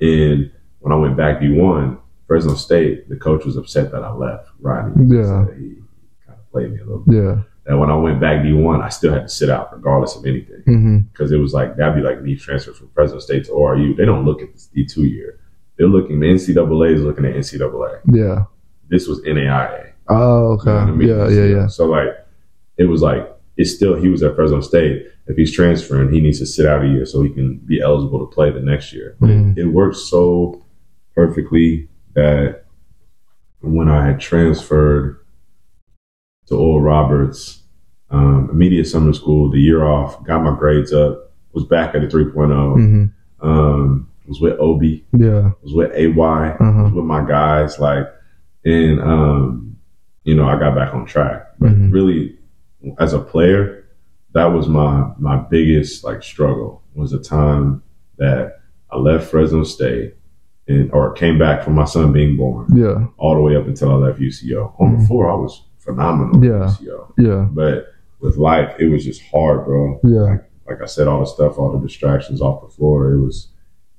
B: And when I went back D1, Fresno State, the coach was upset that I left. Rodney, He
A: Yeah.
B: said he kind of played me a little bit.
A: Yeah.
B: And when I went back D1, I still had to sit out regardless of anything
A: hmm
B: because it was like that'd be like me transfer from Fresno State to ORU. They don't look at this D2 year. They're looking. The NCAA is looking at NCAA.
A: Yeah.
B: This was NAIA.
A: Oh
B: You know what I
A: okay.
B: mean?
A: Yeah. Yeah. Yeah.
B: So like, it was like it's still he was at Fresno State. If he's transferring, he needs to sit out a year so he can be eligible to play the next year. But
A: Mhm.
B: It, it worked so perfectly that when I had transferred to Oral Roberts, um, immediate summer school, the year off, got my grades up, was back at a 3.0,
A: hmm
B: oh, um, was with Obi,
A: Yeah.
B: was with AY,
A: Uh-huh.
B: was with my guys, like, and um, you know, I got back on track. But
A: Mhm.
B: really, as a player, that was my my biggest like struggle was the time that I left Fresno State and or came back from my son being born,
A: Yeah.
B: all the way up until I left UCO. On the
A: Mhm.
B: floor, I was phenomenal. at
A: Yeah.
B: UCO,
A: Yeah.
B: but with life, it was just hard, bro.
A: Yeah.
B: Like I said, all the stuff, all the distractions off the floor, it was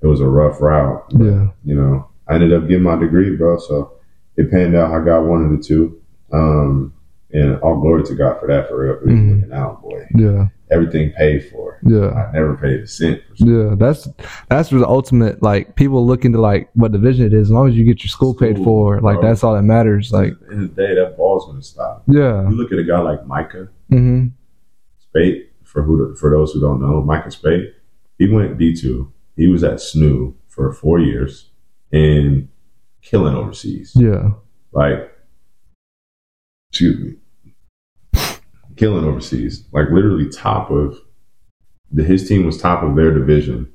B: it was a rough route
A: Yeah.
B: you know, I ended up getting my degree, bro. So it panned out. I got one of the two. Um, and all glory to God for that, for real. For really
A: Mhm.
B: looking out, boy.
A: Yeah.
B: Everything paid for.
A: Yeah.
B: I never paid a cent. For
A: Yeah. That's that's the ultimate. Like people look into like what division it is. As long as you get your school paid
B: School,
A: for, like
B: bro.
A: that's all that matters. Like
B: Like, at the end of the day, that ball's going to stop.
A: yeah.
B: You look at a guy like Micah
A: hmm
B: Spate, for who, for those who don't know, Micah Spate, he went D2. He was at SNU for four years and killing overseas.
A: Yeah.
B: like excuse me killing overseas like literally top of the his team was top of their division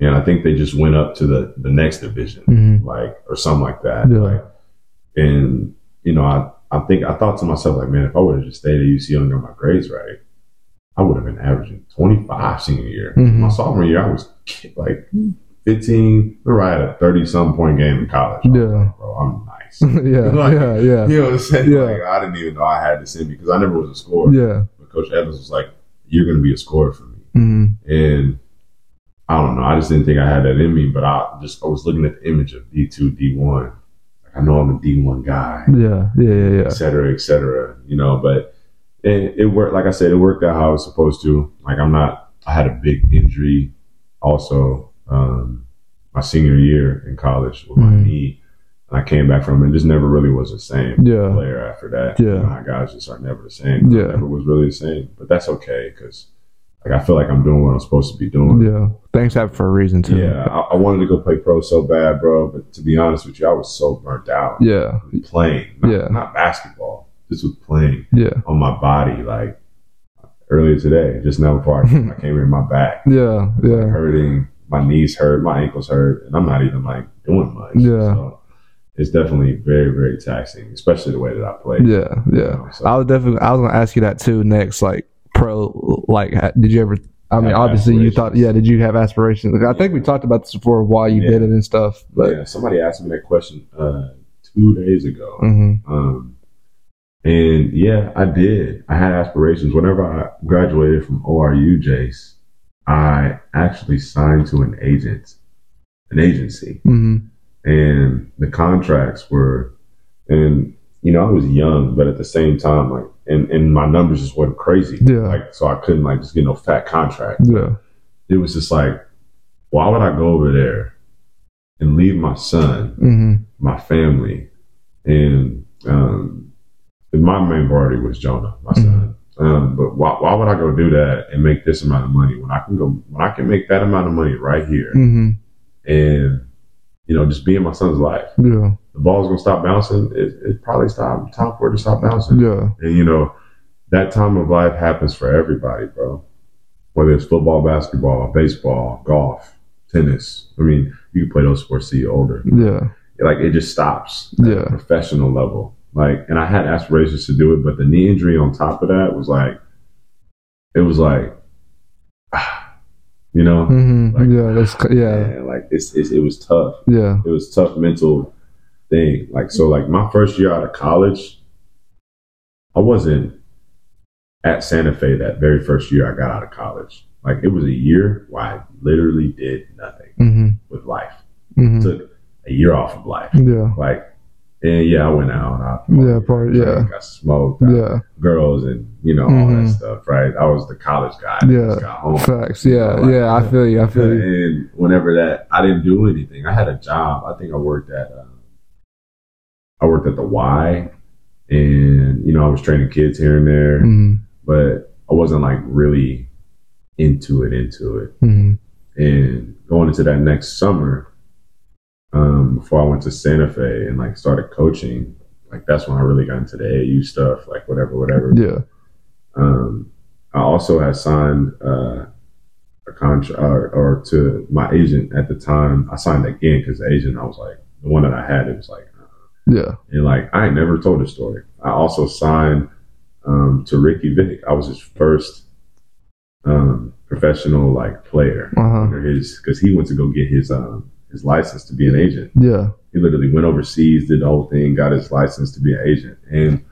B: and i think they just went up to the the next division
A: hmm
B: like or something like that
A: Yeah.
B: like, and you know i I think I thought to myself, like, man, if I would have just stayed at UC and got my grades right, I would have been averaging 25 senior year.
A: Mhm.
B: My sophomore year, I was like 15. Remember, I had a 30 some point game in college. I was
A: Yeah.
B: like, Bro, I'm nice.
A: yeah, yeah, yeah,
B: You know what I'm saying?
A: Yeah.
B: Like, I didn't even know I had this in me because I never was a scorer.
A: yeah.
B: But Coach Evans was like, you're going to be a scorer for me.
A: Mm,
B: And I don't know. I just didn't think I had that in me, but I just, I was looking at the image of D2, D1. I know I'm a D1 guy
A: yeah, yeah, yeah, yeah.
B: et cetera, et cetera, you know, but it, it worked, like I said, it worked out how I was supposed to. Like I'm not, I had a big injury also, um, my senior year in college with my
A: Mhm.
B: knee. And I came back from it and just never really was the same
A: Yeah.
B: player after that.
A: Yeah.
B: My guys just are never the same. I
A: Yeah.
B: never was really the same, but that's okay. Cause like, I feel like I'm doing what I'm supposed to be doing.
A: Yeah. Thanks happen for a reason too.
B: Yeah, I, I wanted to go play pro so bad, bro. But to be honest with you, I was so burnt out
A: Yeah.
B: with playing. Not,
A: Yeah.
B: not basketball. This was playing
A: Yeah.
B: on my body like earlier today, just now before I, I came here, my back
A: Yeah.
B: like,
A: Yeah.
B: hurting, my knees hurt, my ankles hurt, and I'm not even like doing much.
A: Yeah.
B: So it's definitely very, very taxing, especially the way that I play.
A: Yeah. Yeah. I was definitely I was gonna ask you that too next, like pro like ha- did you ever I mean
B: Have
A: obviously you thought
B: aspirations.
A: yeah, did you have aspirations? Like, I think we talked about this before why you
B: Yeah.
A: did it and stuff. But
B: yeah, somebody asked me that question uh, two days ago.
A: hmm
B: Um, and yeah, I did. I had aspirations. Whenever I graduated from ORU, Jace, I actually signed to an agent, an agency.
A: hmm
B: and the contracts were and you know i was young but at the same time like and, and my numbers just went crazy
A: Yeah.
B: like so i couldn't like just get no fat contract
A: Yeah.
B: it was just like why would i go over there and leave my son
A: hmm
B: my family and um and my main priority was jonah my son um but why, why would i go do that and make this amount of money when i can go when i can make that amount of money right here
A: hmm
B: and you know just be in my son's life
A: Yeah.
B: the ball's gonna stop bouncing, it, it probably stopped time for it to stop bouncing.
A: Yeah.
B: And you know, that time of life happens for everybody, bro. Whether it's football, basketball, baseball, golf, tennis. I mean, you can play those sports till you're older.
A: Yeah.
B: Like it just stops at
A: Yeah.
B: a professional level. Like and I had aspirations to do it, but the knee injury on top of that was like it was like you know?
A: hmm
B: Like-
A: yeah. That's yeah.
B: Man, like it's, it's it was tough
A: Yeah.
B: it was a tough mental thing. Like so, like my first year out of college, I wasn't at Santa Fe that very first year I got out of college. Like it was a year where I literally did nothing
A: hmm
B: with life.
A: hmm
B: Took a year off of life.
A: Yeah.
B: Like and yeah, I went out. I
A: Yeah, part- yeah.
B: drank, I smoked. I-
A: Yeah.
B: girls and you know all
A: Mhm.
B: that stuff. Right. I was the college guy. that
A: Yeah.
B: just got home.
A: Facts. Yeah. Yeah. I feel you. I feel you.
B: And whenever that, I didn't do anything. I had a job. I think I worked at, um, I worked at the Y, and you know I was training kids here and there,
A: hmm
B: but I wasn't like really into it, into it.
A: hmm
B: And going into that next summer, um, before I went to Santa Fe and like started coaching, like that's when I really got into the AU stuff, like whatever, whatever.
A: Yeah.
B: Um, I also had signed uh, a contract or, or to my agent at the time. I signed again because the agent I was like the one that I had. It was like
A: Yeah.
B: and like I ain't never told a story. I also signed um, to Ricky Vick. I was his first um, professional like player
A: Uh huh.
B: under his because he went to go get his um, his license to be an agent
A: Yeah.
B: he literally went overseas, did the whole thing, got his license to be an agent. And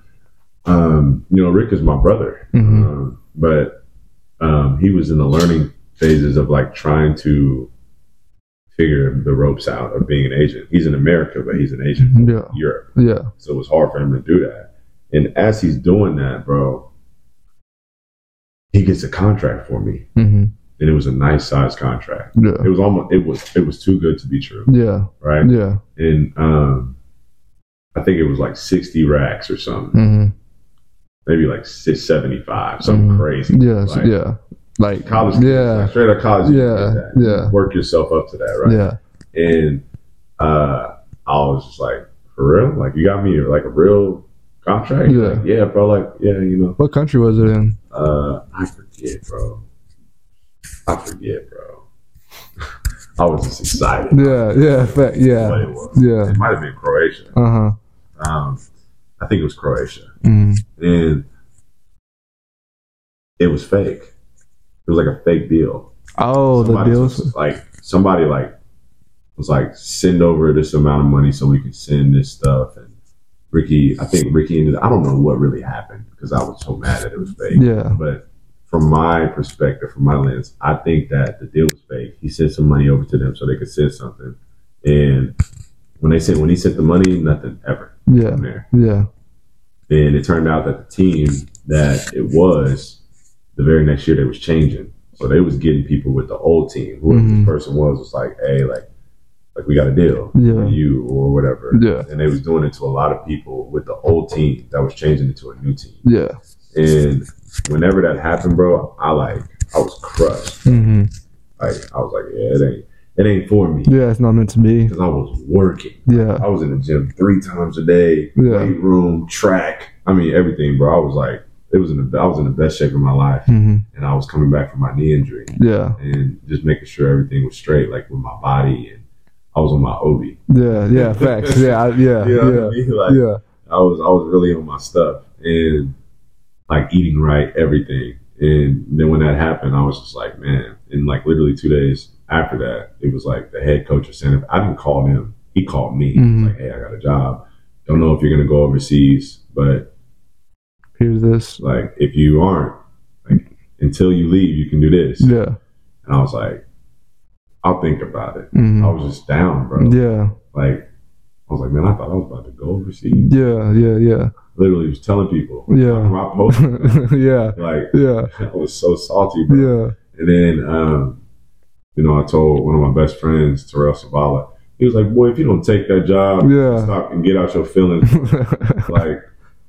B: um, you know, Rick is my brother,
A: Mhm.
B: um, but um, he was in the learning phases of like trying to figure the ropes out of being an agent. He's in America, but he's an agent from
A: Yeah.
B: Europe,
A: Yeah.
B: so it was hard for him to do that. And as he's doing that, bro, he gets a contract for me,
A: hmm
B: and it was a nice size contract.
A: Yeah.
B: It was almost it was it was too good to be true,
A: Yeah.
B: right?
A: Yeah.
B: and um, I think it was like 60 racks or something,
A: hmm
B: maybe like six seventy five, something
A: Mhm.
B: crazy.
A: Yeah.
B: Like,
A: yeah. Like.
B: College,
A: Yeah.
B: straight out of college, you
A: Yeah,
B: get that. You
A: yeah.
B: work yourself up to that, right?
A: Yeah.
B: And uh, I was just like, for real, like you got me like a real contract,
A: Yeah.
B: Like, yeah, bro, like yeah, you know,
A: What country was it in?
B: uh, I forget, bro, I forget, bro. I was just excited.
A: Yeah. Yeah. Fact.
B: What
A: Yeah. uh-huh,
B: it was.
A: Yeah.
B: It might have been Croatia.
A: Uh huh.
B: Um, I think it was Croatia,
A: Mm.
B: and it was fake. It was like a fake deal.
A: Oh, the
B: Somebody
A: deals.
B: was, like somebody like was like send over this amount of money so we can send this stuff and Ricky I think Ricky ended I don't know what really happened because I was so mad that it was fake.
A: Yeah.
B: But from my perspective, from my lens, I think that the deal was fake. He sent some money over to them so they could send something. And when they said when he sent the money, nothing ever
A: Yeah.
B: from there.
A: Yeah.
B: And it turned out that the team that it was, the very next year they was changing. So they was getting people with the old team. Whoever
A: Mhm.
B: this person was was like, hey, like, like we got a deal
A: Yeah.
B: for you or whatever.
A: Yeah.
B: And they was doing it to a lot of people with the old team that was changing it to a new team.
A: Yeah.
B: And whenever that happened, bro, I like I was crushed.
A: hmm
B: Like I was like, yeah, it ain't it ain't for me.
A: Yeah. It's not meant to be.
B: Because I was working.
A: Yeah.
B: I was in the gym three times a day,
A: Yeah.
B: weight room, track. I mean, everything, bro. I was like, it was in the I was in the best shape of my life,
A: hmm
B: and I was coming back from my knee injury
A: Yeah.
B: and just making sure everything was straight, like with my body, and I was on my OB.
A: Yeah. Yeah. Facts. Yeah. I, yeah.
B: You know what I
A: Yeah.
B: mean? Like,
A: Yeah.
B: I was I was really on my stuff and like eating right, everything. And then when that happened, I was just like, man. And like literally two days after that, it was like the head coach of Santa. Fe- I didn't call him; he called me. He was
A: Mhm.
B: like, hey, I got a job. Don't know if you're gonna go overseas, but
A: Here's this.
B: like if you aren't, like until you leave, you can do this.
A: Yeah.
B: And I was like, I'll think about it.
A: hmm
B: I was just down, bro.
A: Yeah.
B: Like I was like, man, I thought I was about to go overseas.
A: Yeah. Yeah. Yeah.
B: Literally, was telling people,
A: Yeah.
B: I dropped most of them.
A: yeah.
B: like
A: Yeah.
B: I was so salty, bro.
A: Yeah.
B: And then, um, you know, I told one of my best friends, Terrell Savala, he was like, "Boy, if you don't take that job,
A: Yeah.
B: stop and get out your feelings." like,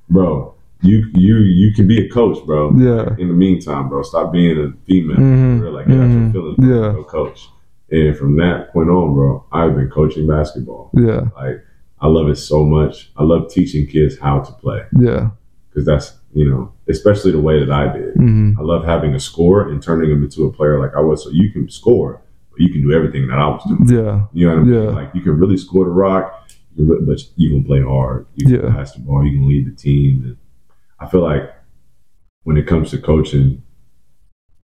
B: bro, you you you can be a coach, bro.
A: yeah. mm-hmm.
B: In the meantime, bro, stop being a female.
A: Mhm.
B: Real, like, get out
A: Mhm.
B: your feelings, bro.
A: Yeah.
B: Go coach. And from that point on, bro, I've been coaching basketball.
A: Yeah.
B: Like, I love it so much. I love teaching kids how to play
A: Yeah.
B: because that's you know, especially the way that I did.
A: hmm
B: I love having a score and turning him into a player like I was. So you can score, but you can do everything that I was doing.
A: Yeah.
B: You know what I mean?
A: Yeah.
B: Like you can really score the rock, you can re- but you can play hard. You can
A: Yeah.
B: pass the ball. You can lead the team. And I feel like when it comes to coaching,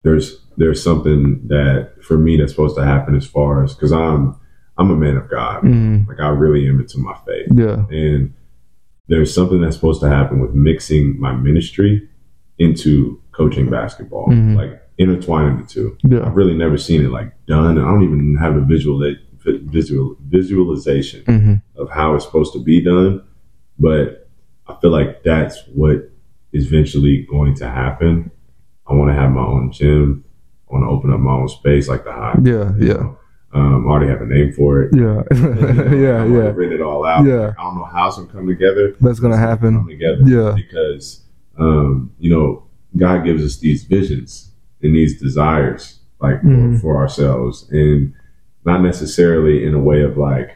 B: there's there's something that for me that's supposed to happen as far as because I'm I'm a man of God.
A: hmm
B: Like I really am into my faith,
A: Yeah.
B: and there's something that's supposed to happen with mixing my ministry into coaching basketball,
A: Mhm.
B: like intertwining the two.
A: Yeah.
B: I've really never seen it like done. I don't even have a visual visual visualization
A: hmm
B: of how it's supposed to be done, but I feel like that's what is eventually going to happen. I want to have my own gym. I want to open up my own space, like the hive.
A: Yeah. Yeah.
B: Um, I already have a name for it.
A: Yeah. yeah.
B: I've already
A: Yeah.
B: written it all out.
A: Yeah.
B: I don't know how it's gonna come together
A: That's gonna
B: come
A: happen.
B: together.
A: Yeah.
B: Because um, you know, God gives us these visions and these desires, like for,
A: Mhm.
B: for ourselves, and not necessarily in a way of like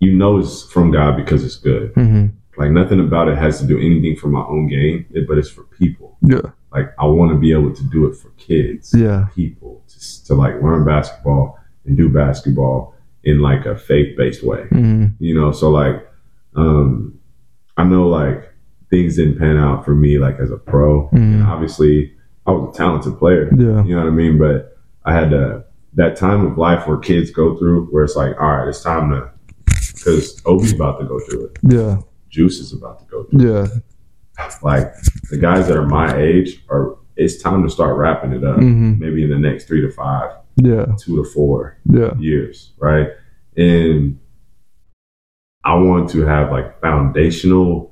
B: you know it's from God because it's good.
A: hmm
B: Like nothing about it has to do anything for my own gain, it- but it's for people.
A: Yeah.
B: Like I want to be able to do it for kids,
A: Yeah.
B: people, to, s- to like learn basketball and do basketball in like a faith based way
A: hmm
B: you know so like um i know like things didn't pan out for me like as a pro
A: Mhm.
B: and obviously i was a talented player
A: Yeah.
B: you know what i mean but i had to that time of life where kids go through where it's like all right it's time to because obi's about to go through it
A: Yeah.
B: juice is about to go through
A: Yeah.
B: it. like the guys that are my age are it's time to start wrapping it up
A: hmm
B: maybe in the next three to five
A: Yeah.
B: two to four
A: Yeah.
B: years, right? And I want to have like foundational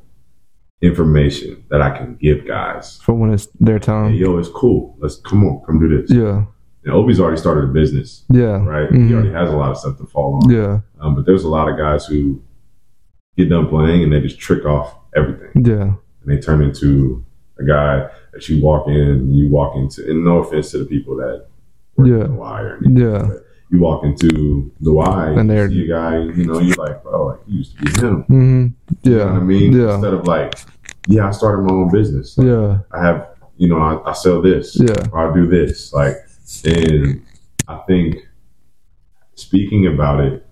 B: information that I can give guys.
A: For when it's their
B: Hey,
A: time.
B: yo, it's cool. Let's come on, come do this.
A: Yeah.
B: And Obi's already started a business,
A: Yeah.
B: right? He
A: Mhm.
B: already has a lot of stuff to fall on.
A: Yeah.
B: Um, but there's a lot of guys who get done playing and they just trick off everything
A: Yeah.
B: and they turn into a guy that you walk in, you walk into, and no offense to the people that work
A: Yeah.
B: in the wire and
A: Yeah.
B: you walk into the Y
A: And
B: and
A: they're-
B: there you see a guy, you know, you're like, bro, like he used to be him.
A: hmm
B: You know what I
A: Yeah.
B: mean?
A: Yeah.
B: Instead of like, yeah, I started my own business. Like,
A: Yeah.
B: I have, you know, I, I sell this.
A: Yeah.
B: Or I do this. Like, and I think speaking about it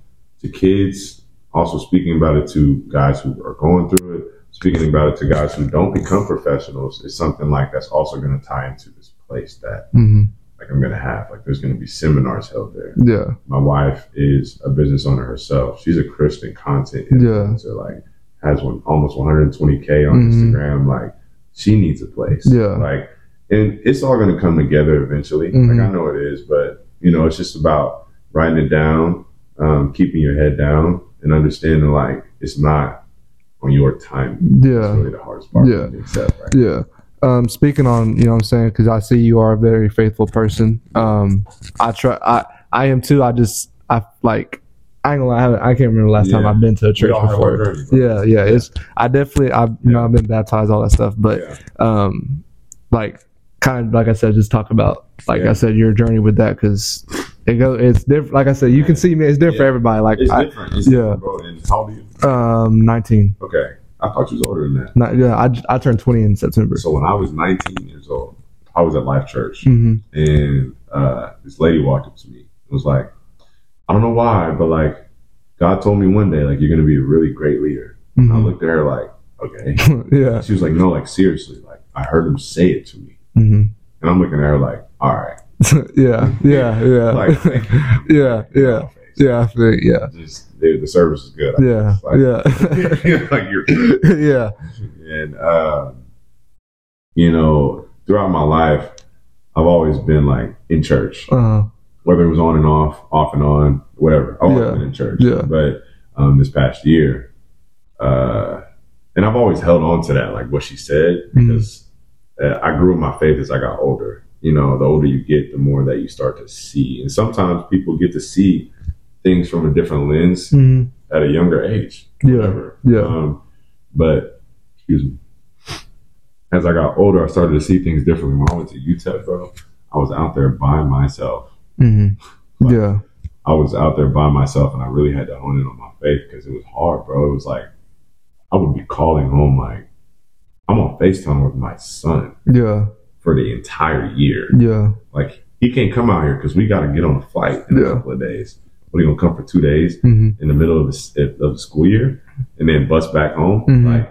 B: to kids also speaking about it to guys who are going through it, speaking about it to guys who don't become professionals is something like that's also going to tie into this place that
A: hmm
B: like I'm going to have. Like there's going to be seminars held there.
A: Yeah.
B: My wife is a business owner herself. She's a Christian content
A: Yeah.
B: influencer. Like has one almost 120k on
A: Mhm.
B: Instagram. Like she needs a place.
A: Yeah.
B: Like and it's all going to come together eventually.
A: Mhm.
B: Like I know it is, but you know it's just about writing it down, um, keeping your head down, and understanding like it's not on your time. That's
A: Yeah.
B: really the hardest part.
A: Yeah.
B: To accept, right?
A: Yeah. Um, speaking on, you know what I'm saying? Cause I see you are a very faithful person. Um, I try, I, I am too. I just, I like, I ain't gonna lie, I, haven't- I can't remember the last time
B: Yeah.
A: I've been to a
B: We
A: church
B: all have our
A: before.
B: journey, bro.
A: Yeah. Yeah. It's, I definitely, I've, you know, I've been baptized, all that stuff, but,
B: Yeah.
A: um, like kind of like I said, just talk about like
B: Yeah.
A: I said your journey with that because it goes it's different. Like I said, you can see me. It's different for
B: Yeah.
A: everybody. Like
B: It's
A: I,
B: different. It's
A: yeah.
B: different, bro. And how old are you?
A: um, nineteen.
B: Okay. I thought you was older than that.
A: Not, yeah, I, j- I turned twenty in September.
B: So when I was 19 years old, I was at Life Church,
A: hmm
B: and uh, this lady walked up to me and was like, "I don't know why, but like, God told me one day, like, you're gonna be a really great leader." And
A: Hmm.
B: I looked at her like, "Okay."
A: Mm-hmm. yeah.
B: She was like, "No, like seriously, like I heard him say it to me,"
A: hmm
B: and I'm looking at her like, "All right,
A: yeah. Yeah. Yeah.
B: like, thank you."
A: yeah. Yeah. Yeah. I think- Yeah.
B: Just, dude, the service is good.
A: Yeah. Yeah.
B: yeah. like you're
A: yeah.
B: and uh, you know throughout my life i've always been like in church
A: Uh,
B: whether it was on and off off and on whatever i've always
A: Yeah.
B: been in church
A: Yeah.
B: but um, this past year uh, and i've always held on to that like what she said
A: Mm-hmm.
B: because uh, i grew in my faith as i got older you know the older you get the more that you start to see and sometimes people get to see things from a different lens
A: hmm
B: at a younger age
A: Yeah.
B: whatever.
A: Yeah.
B: Um, but excuse me. As I got older, I started to see things differently. When I went to UTEP, bro, I was out there by myself.
A: hmm Yeah.
B: I was out there by myself, and I really had to hone in on my faith because it was hard, bro. It was like I would be calling home, like I'm on Facetime with my son
A: Yeah.
B: for the entire year.
A: Yeah.
B: Like he can't come out here because we got to get on a flight in
A: Yeah.
B: a couple of days. What are you gonna come for two days?
A: hmm
B: in the middle of the, s- of the school year and then bus back home.
A: Mhm.
B: Like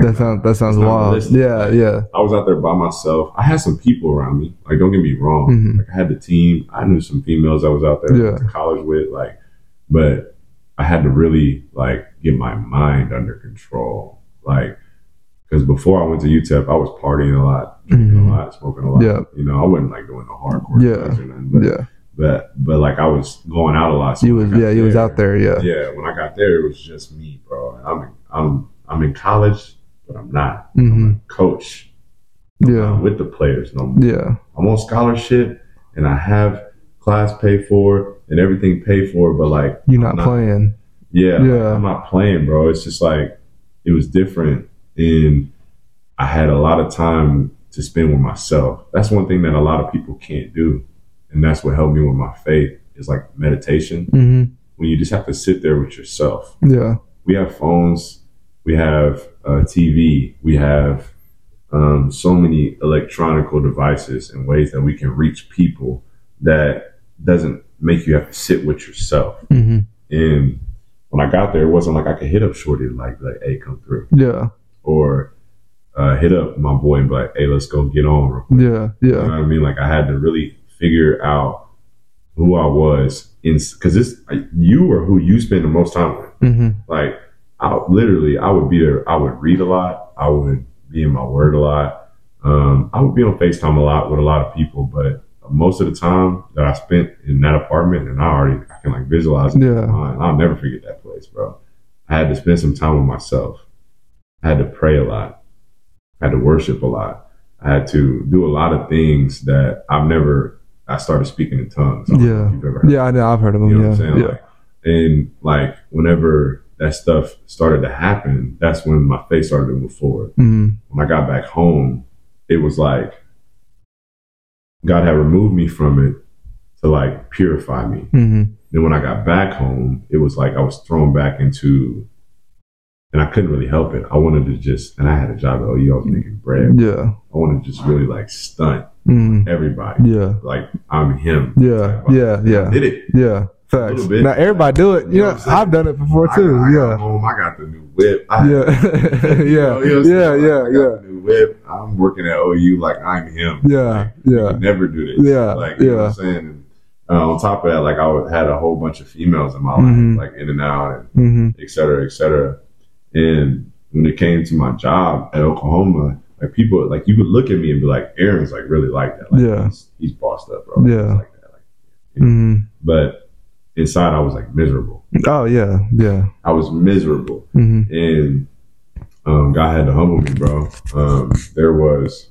A: That sounds. That sounds
B: It's not
A: wild.
B: realistic.
A: Yeah. Yeah.
B: I was out there by myself. I had some people around me. Like don't get me wrong.
A: Mhm.
B: Like I had the team. I knew some females I was out there
A: Yeah.
B: to college with. Like, but I had to really like get my mind under control. Like because before I went to UTEP, I was partying a lot, drinking
A: Mhm.
B: a lot, smoking a lot.
A: Yeah.
B: You know, I wasn't like doing the hardcore
A: Yeah.
B: drugs or nothing. But,
A: Yeah.
B: but but like I was going out a lot. so
A: You
B: when
A: was.
B: I got
A: Yeah. You was
B: there-
A: out there. Yeah.
B: yeah, when I got there, it was just me, bro. And I'm I'm I'm in college, but I'm not.
A: hmm
B: I'm a coach.
A: Yeah.
B: I'm with the players no more.
A: Yeah.
B: I'm on scholarship, and I have class paid for and everything paid for. But like,
A: You're
B: I'm
A: not, playing.
B: Yeah,
A: Yeah.
B: I'm not playing, bro. It's just like it was different, and I had a lot of time to spend with myself. That's one thing that a lot of people can't do, and that's what helped me with my faith is like meditation.
A: Mm-hmm.
B: When you just have to sit there with yourself
A: Yeah.
B: we have phones, we have uh, TV, we have um, so many electronical devices and ways that we can reach people that doesn't make you have to sit with yourself.
A: hmm
B: And when I got there, it wasn't like I could hit up Shorty like like, hey, come through,
A: Yeah.
B: or uh, hit up my boy and be like, hey, let's go get on. real quick.
A: Yeah.
B: You know
A: Yeah.
B: what I mean? Like I had to really figure out who I was in because this you are who you spend the most time with.
A: hmm
B: Like, I literally, I would be there. I would read a lot. I would be in my word a lot. Um, I would be on Facetime a lot with a lot of people, but most of the time that I spent in that apartment, and I already I can like visualize it in my
A: Yeah.
B: mind. I'll never forget that place, bro. I had to spend some time with myself. I had to pray a lot. I had to worship a lot. I had to do a lot of things that I've never. I started speaking in tongues. I don't know if
A: Yeah.
B: you've ever heard
A: Yeah. I know. I've heard of him.
B: you know
A: yeah.
B: what I'm saying?
A: yeah.
B: Like, and like whenever that stuff started to happen, that's when my face started to move forward.
A: mm
B: When I got back home, it was like God had removed me from it to like purify me.
A: hmm
B: Then when I got back home, it was like I was thrown back into and I couldn't really help it. I wanted to just and I had a job at OU, I was making bread.
A: Yeah.
B: I wanted to just really like stunt
A: mm
B: everybody.
A: Yeah.
B: Like I'm him.
A: Yeah. Yeah. Yeah.
B: Did it.
A: Yeah.
B: A
A: Facts.
B: little bit.
A: Now everybody do it.
B: You know
A: Yeah,
B: what I'm saying?
A: I've done it before
B: I
A: too.
B: got, I got
A: yeah.
B: home, I got the new whip.
A: Yeah.
B: I, you know,
A: yeah.
B: you know what I'm
A: Yeah.
B: saying?
A: Yeah.
B: Oh, Like, I got
A: Yeah.
B: the new whip. I'm working at OU like I'm him.
A: Yeah.
B: I
A: Yeah.
B: could never do this.
A: Yeah,
B: Like, you know what
A: yeah.
B: I'm saying? And, uh, on top of that, like, I would- had a whole bunch of females in my
A: Mhm.
B: life, like, in and out, and
A: Mm-hmm.
B: et cetera, et cetera. And when it came to my job at Oklahoma, like, people, like, you would look at me and be like, Aaron's, like, really like that. Like,
A: Yeah.
B: He's, he's bossed up, bro. Like,
A: Yeah.
B: he's Like that. Like,
A: hmm
B: but inside, I was, like, miserable.
A: Oh yeah. Yeah.
B: I was miserable
A: Mm-hmm.
B: and um, God had to humble me, bro. Um, there was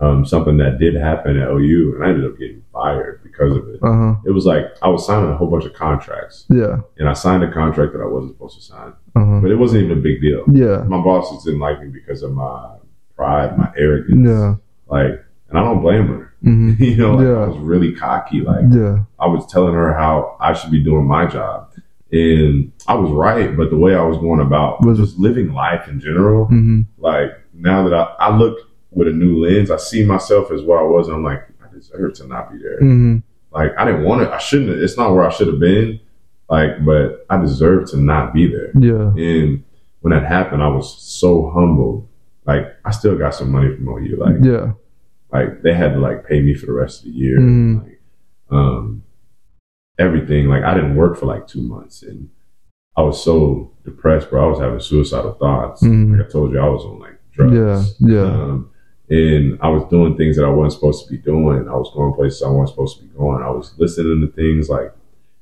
B: um, something that did happen at OU, and I ended up getting fired because of it.
A: Uh huh.
B: It was like I was signing a whole bunch of contracts,
A: Yeah.
B: and I signed a contract that I wasn't supposed to sign,
A: Uh huh.
B: but it wasn't even a big deal.
A: Yeah.
B: My bosses didn't like me because of my pride, my arrogance,
A: Yeah.
B: like, and I don't blame her.
A: Mm-hmm.
B: you know, like,
A: Yeah.
B: I was really cocky, like.
A: Yeah.
B: I was telling her how I should be doing my job. And I was right, but the way I was going about
A: Was-
B: was just living life in general.
A: Mm-hmm.
B: Like now that I, I look with a new lens, I see myself as where I was. And I'm like, I deserve to not be there.
A: Mm-hmm.
B: Like I didn't want it. I shouldn't. have- It's not where I should have been. Like, but I deserve to not be there.
A: Yeah.
B: And when that happened, I was so humble. Like I still got some money from OU. Like
A: Yeah. Mm-hmm.
B: like they had to like pay me for the rest of the year
A: Mhm.
B: like, um everything like i didn't work for like two months and i was so depressed bro i was having suicidal thoughts
A: Mhm.
B: like i told you i was on like
A: Yeah.
B: drugs
A: Yeah.
B: um, and i was doing things that i wasn't supposed to be doing i was going places i wasn't supposed to be going i was listening to things like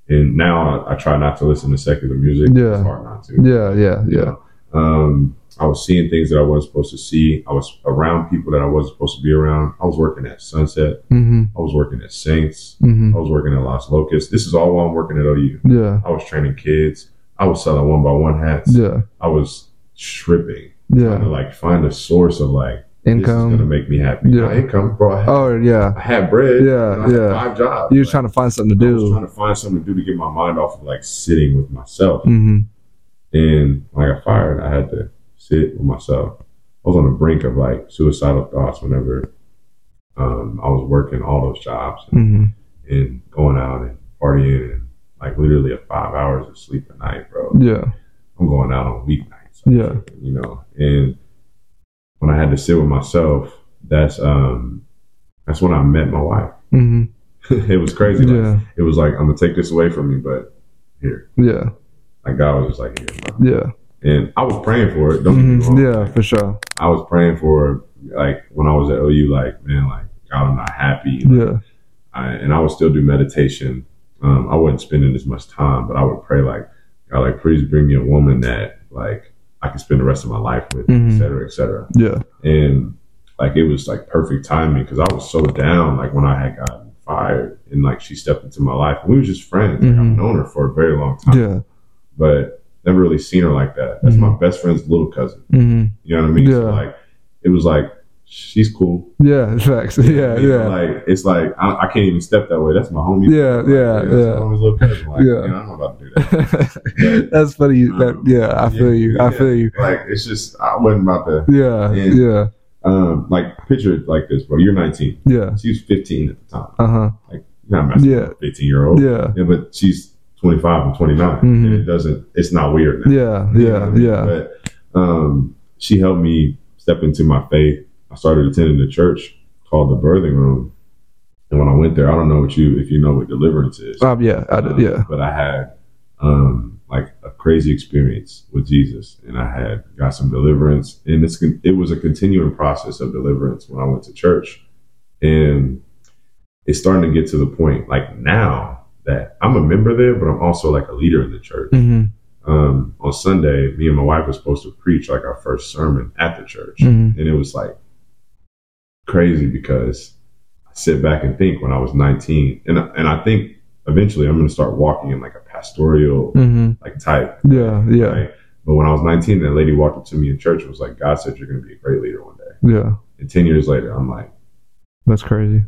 B: and now i, I try not to listen to secular music
A: Yeah.
B: it's hard not to
A: Yeah. Yeah.
B: you
A: Yeah.
B: know. Um, I was seeing things that I wasn't supposed to see. I was around people that I wasn't supposed to be around. I was working at Sunset.
A: Mm-hmm.
B: I was working at Saints.
A: Mm-hmm.
B: I was working at Los Locusts. This is all while I'm working at OU.
A: Yeah.
B: I was training kids. I was selling one by one hats.
A: Yeah.
B: I was stripping. Trying to
A: Yeah.
B: like find a source of like this is gonna
A: Income.
B: make me happy.
A: Yeah.
B: My income, bro. I had,
A: Oh yeah.
B: I had bread.
A: Yeah,
B: and I had
A: yeah.
B: Five jobs.
A: You're
B: Like,
A: trying to find something to
B: I was
A: do.
B: trying to find something to do to get my mind off of like sitting with myself.
A: Mm-hmm.
B: And when I got fired, I had to sit with myself. I was on the brink of like suicidal thoughts whenever um, I was working all those jobs and,
A: Mm-hmm.
B: and going out and partying and like literally a five hours of sleep a night, bro.
A: Yeah.
B: I'm going out on weeknights.
A: Yeah.
B: You know, and when I had to sit with myself, that's um that's when I met my wife.
A: Mm-hmm.
B: it was crazy. Like,
A: Yeah.
B: It was like I'm gonna take this away from you, but here.
A: Yeah.
B: Like God was just like here, bro.
A: Yeah.
B: And I was praying for it, don't get me
A: hmm
B: wrong.
A: Yeah. For sure.
B: I was praying for like when I was at OU, like man, like God, I'm not happy, Like,
A: Yeah.
B: I, and I would still do meditation. Um, I wasn't spending as much time, but I would pray like God, like please bring me a woman that like I can spend the rest of my life with,
A: Mhm.
B: et cetera, et cetera.
A: Yeah.
B: And like it was like perfect timing because I was so down, like when I had gotten fired, and like she stepped into my life. We were just friends. Like,
A: Mhm.
B: I've known her for a very long time,
A: Yeah.
B: but never really seen her like that. That's my best friend's little cousin.
A: Mm-hmm.
B: You know what I mean? So
A: Yeah.
B: like, it was like, she's cool.
A: Yeah. Facts. Yeah.
B: You know,
A: Yeah.
B: Like, it's like, I, I can't even step that way. That's my homie.
A: Yeah,
B: Like,
A: yeah,
B: that's
A: yeah.
B: my homie's little cousin. Like,
A: Yeah.
B: you know, I'm not about to do that.
A: That's funny. you- That, yeah. I feel you. I feel you.
B: Like, it's just, I wasn't about to,
A: Yeah. Yeah.
B: Yeah. um, like, picture it like this, bro. You're 19.
A: Yeah.
B: She was 15 at the time.
A: Uh huh.
B: You're not messing
A: Yeah.
B: with a 15 year old.
A: Yeah.
B: Yeah, but she's 25 and 29. And
A: Mhm.
B: it doesn't, it's not weird now.
A: Yeah.
B: You know what I
A: Yeah.
B: mean?
A: Yeah.
B: But um, she helped me step into my faith. I started attending the church called the Birthing Room, and when I went there, I don't know what you if you know what deliverance is.
A: Um, yeah. I did.
B: Um,
A: Yeah.
B: But I had um, like a crazy experience with Jesus, and I had got some deliverance, and it's con- it was a continuing process of deliverance when I went to church, and it's starting to get to the point like now that I'm a member there, but I'm also like a leader in the church
A: Mm-hmm.
B: um, on Sunday, me and my wife were supposed to preach like our first sermon at the church.
A: Mhm.
B: And it was like crazy because I sit back and think when I was 19. And, and I think eventually I'm going to start walking in like a pastoral
A: Mm-hmm.
B: like type.
A: Yeah. Yeah.
B: Right? But when I was 19, that lady walked up to me in church and was like, God said you're going to be a great leader one day.
A: Yeah.
B: And 10 years later, I'm like,
A: That's crazy.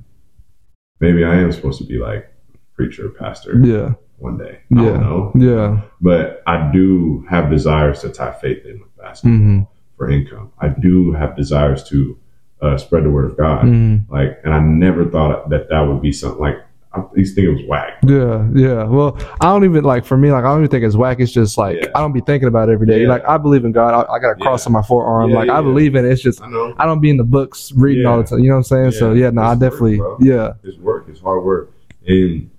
B: maybe I am supposed to be like preacher, pastor
A: Yeah.
B: one day. I
A: Yeah.
B: don't know.
A: Yeah.
B: But I do have desires to tie faith in with basketball.
A: Mm-hmm.
B: for income. I do have desires to uh, spread the word of God.
A: Mm-hmm.
B: Like, and I never thought that that would be something like I used to think it was whack.
A: Yeah, yeah. Well, I don't even like for me, like I don't even think it's whack. It's just like
B: Yeah.
A: I don't be thinking about it every day.
B: Yeah.
A: Like I believe in God. I, I got a cross
B: Yeah.
A: on my forearm.
B: Yeah,
A: like
B: yeah,
A: I
B: yeah.
A: believe in it. It's just
B: I know.
A: I don't be in the books reading all the
B: Yeah.
A: time. You know what I'm saying? so
B: Yeah.
A: yeah, no, I
B: It's work,
A: definitely
B: bro.
A: yeah.
B: It's work. It's hard work. And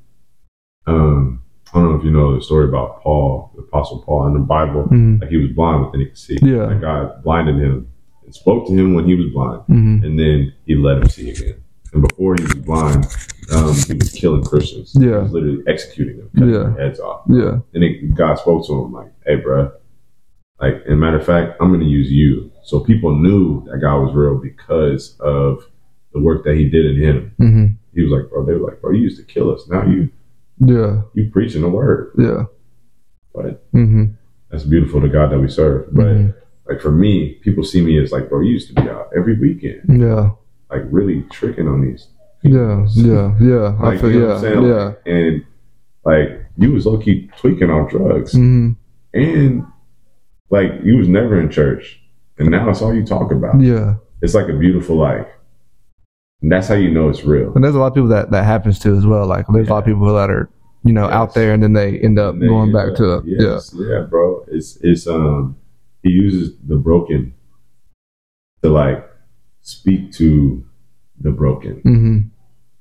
B: um, I don't know if you know the story about Paul, the Apostle Paul, in the Bible.
A: Mhm.
B: Like he was blind, but then he could see.
A: Yeah.
B: Like God blinded him and spoke to him when he was blind,
A: hmm
B: and then he let him see again. And before he was blind, um, he was killing Christians. He
A: Yeah.
B: was literally executing them, cutting
A: Yeah.
B: their heads off.
A: Mm-hmm. Yeah.
B: And it, God spoke to him like, "Hey, bro, like, and matter of fact, I'm going to use you." So people knew that God was real because of the work that He did in Him.
A: hmm
B: He was like, "Bro, they were like, bro, you used to kill us. Now you
A: Yeah.
B: you preaching the word."
A: Yeah.
B: Right.
A: hmm
B: That's beautiful, the God that we serve. But
A: Mhm.
B: like for me, people see me as like, "Bro, you used to be out every weekend,
A: Mm-hmm. Yeah.
B: like really tricking on these."
A: Yeah. Yeah. Yeah. I
B: Like,
A: feel
B: you know what I'm
A: yeah.
B: saying?
A: Yeah.
B: And like you was low key tweaking on drugs,
A: hmm
B: and like you was never in church, and now it's all you talk about.
A: Yeah.
B: it's like a beautiful life. And that's how you know it's real.
A: And there's a lot of people that that happens to as well. Like there's a lot of people that are you know out
B: Yes.
A: there and then they end up
B: And then
A: going
B: you-
A: back to yeah.
B: yes, yeah, bro. It's it's um he uses the broken to like speak to the broken.
A: hmm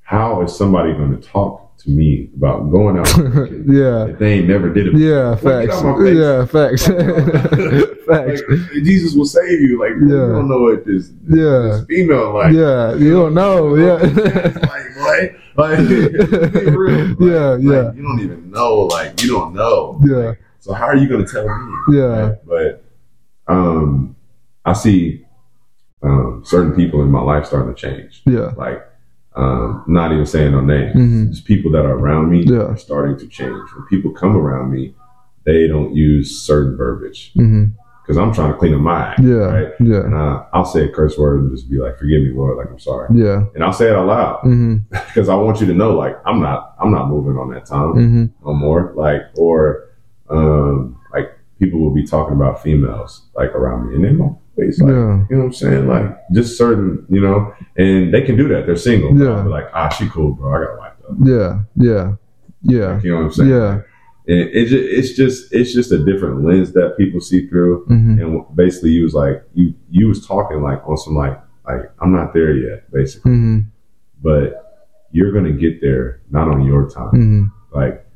B: How is somebody gonna talk to me about going out drinking
A: Yeah.
B: if they ain't never did it?
A: Yeah,
B: Look
A: facts.
B: at my face.
A: Yeah, facts.
B: Like,
A: facts.
B: Jesus will save you. Like you
A: Yeah.
B: don't know what this,
A: Yeah.
B: this female like.
A: Yeah, you don't know. Yeah.
B: like, what? Like, be real. Like,
A: Yeah,
B: like,
A: yeah.
B: you don't even know. Like, you don't know.
A: Yeah.
B: So how are you gonna tell me?
A: Yeah.
B: But um, I see um, certain people in my life starting to change.
A: Yeah.
B: Like, um, not even saying no names.
A: Mhm.
B: Just people that are around me
A: Yeah.
B: are starting to change. When people come around me, they don't use certain verbiage
A: hmm
B: because I'm trying to clean up my act.
A: Yeah.
B: Right?
A: Yeah.
B: And I, I'll say a curse word and just be like, "Forgive me, Lord. Like, I'm sorry."
A: Yeah.
B: And I'll say it out loud
A: hmm
B: because I want you to know, like, I'm not, I'm not moving on that time
A: hmm
B: no more. Like, or, um, like people will be talking about females like around me, and they won't. It's like,
A: Yeah.
B: you know what I'm saying? Like, just certain, you know, and they can do that. They're single.
A: Yeah.
B: I'll be like, ah, she cool, bro. I got wiped up.
A: Yeah. Yeah. Yeah.
B: You know what I'm saying?
A: Yeah.
B: And it, ju- it's just, it's just a different lens that people see through.
A: hmm
B: And basically, you was like, you, you was talking like on some like, like I'm not there yet, basically.
A: hmm
B: But you're gonna get there, not on your time.
A: hmm
B: Like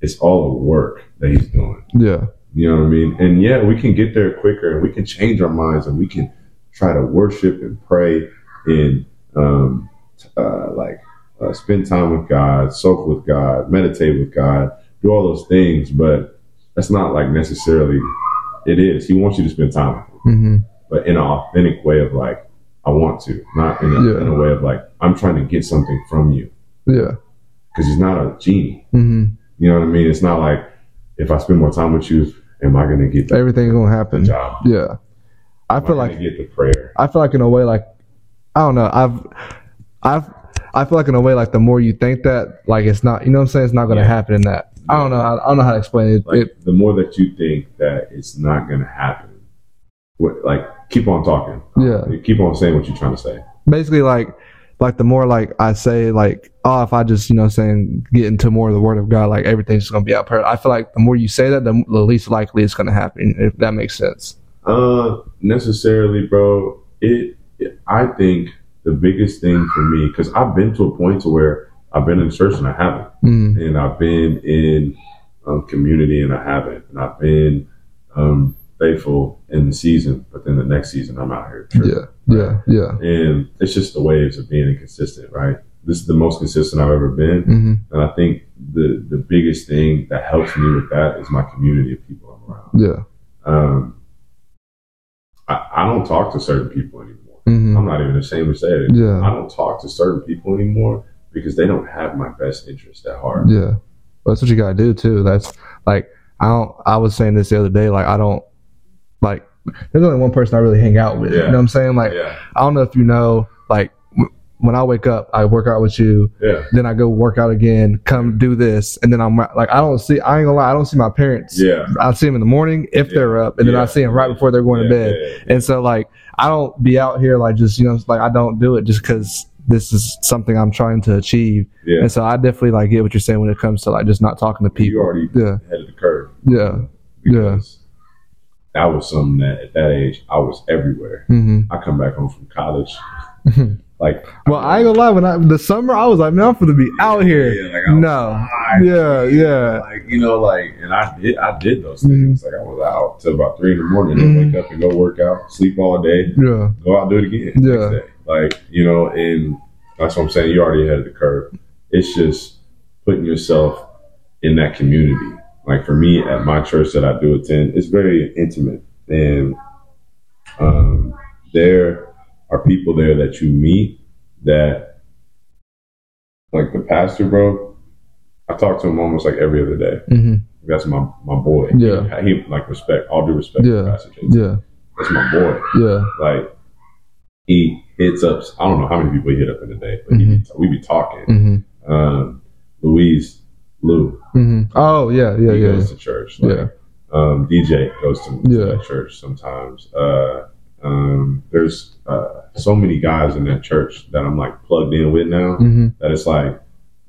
B: it's all the work that he's doing.
A: Yeah.
B: You know what I mean? And yeah, we can get there quicker and we can change our minds and we can try to worship and pray and um, t- uh, like uh, spend time with God, soak with God, meditate with God, do all those things. But that's not like necessarily it is. He wants you to spend time with him,
A: hmm
B: but in an authentic way of like, I want to, not in a,
A: Yeah.
B: in a way of like, I'm trying to get something from you
A: Yeah.
B: because he's not a genie.
A: hmm
B: You know what I mean? It's not like if I spend more time with you, am I going to get the
A: Everything's gonna happen.
B: job?
A: Yeah. I
B: Am
A: feel
B: gonna
A: like
B: get the prayer.
A: I feel like in a way, like I don't know, I've, I've, I feel like in a way, like the more you think that, like it's not, you know, what I'm saying, it's not going to
B: Yeah.
A: happen in that. I don't know, I, I don't know how to explain it.
B: Like
A: it
B: the more that you think that it's not going to happen, what, like keep on talking.
A: Yeah.
B: You keep on saying what you're trying to say.
A: basically, like, like the more like I say, like, oh, if I just, you know, what I'm saying get into more of the Word of God, like everything's just going to be out. perfect. I feel like the more you say that, the, the least likely it's going to happen. If that makes sense.
B: Uh, necessarily, bro. It, it. I think the biggest thing for me because I've been to a point to where I've been in church and I haven't.
A: Mm,
B: and I've been in um, community and I haven't, and I've been um, faithful in the season, but then the next season I'm out here. tripping.
A: yeah, yeah, yeah.
B: And it's just the waves of being inconsistent, right? This is the most consistent I've ever been,
A: hmm
B: and I think the the biggest thing that helps me with that is my community of people I'm around.
A: Yeah.
B: Um, I, I don't talk to certain people anymore.
A: hmm
B: I'm not even ashamed to say it.
A: Yeah.
B: I don't talk to certain people anymore because they don't have my best interest at heart.
A: Yeah. Well, that's what you gotta do too. That's like I don't I was saying this the other day, like I don't like there's only one person I really hang out with. You
B: Yeah.
A: know what I'm saying? Like
B: yeah,
A: I don't know if you know, like w- when I wake up, I work out with you,
B: yeah.
A: then I go work out again, come do this, and then I'm like I don't see I ain't gonna lie, I don't see my parents.
B: Yeah.
A: I see them in the morning if
B: Yeah.
A: they're up, and then
B: Yeah.
A: I see them right before they're going
B: yeah,
A: to bed.
B: yeah, yeah.
A: And so like I don't be out here like just you know like I don't do it just because this is something I'm trying to achieve.
B: Yeah.
A: And so I definitely like get what you're saying when it comes to like just not talking to
B: You
A: people.
B: already
A: Yeah.
B: ahead of the curve.
A: Yeah.
B: Because That was something that at that age I was everywhere.
A: hmm
B: I come back home from college,
A: Mhm.
B: like
A: Well, I ain't gonna lie. When I the summer, I was like, man, I'm gonna be out here.
B: Yeah, like I was
A: No.
B: high,
A: Yeah, yeah.
B: Like you know, like and I did, I did those
A: Mm-hmm.
B: things. Like I was out till about three in the morning, and
A: Mhm.
B: wake up and go work out, sleep all day,
A: Yeah.
B: go out do it again. next
A: Yeah.
B: day. Like you know, and that's what I'm saying. You already ahead of the curve. It's just putting yourself in that community. Like for me, at my church that I do attend, it's very intimate, and um, there are people there that you meet that, like the pastor, bro. I talk to him almost like every other day.
A: hmm
B: That's my my boy.
A: Yeah.
B: he, like respect, all due respect.
A: Yeah.
B: to Pastor Jason.
A: Yeah.
B: that's my boy
A: Yeah.
B: like he hits up. I don't know how many people he hit up in a day, but
A: Mm-hmm.
B: he be, we be talking.
A: hmm
B: Um, Louise, Lou,
A: hmm Oh yeah. Yeah.
B: he
A: Yeah.
B: goes to church. Like,
A: Yeah.
B: Um, DJ goes to, to
A: Yeah.
B: that church sometimes. Uh, um, there's uh, so many guys in that church that I'm like plugged in with now
A: hmm
B: that it's like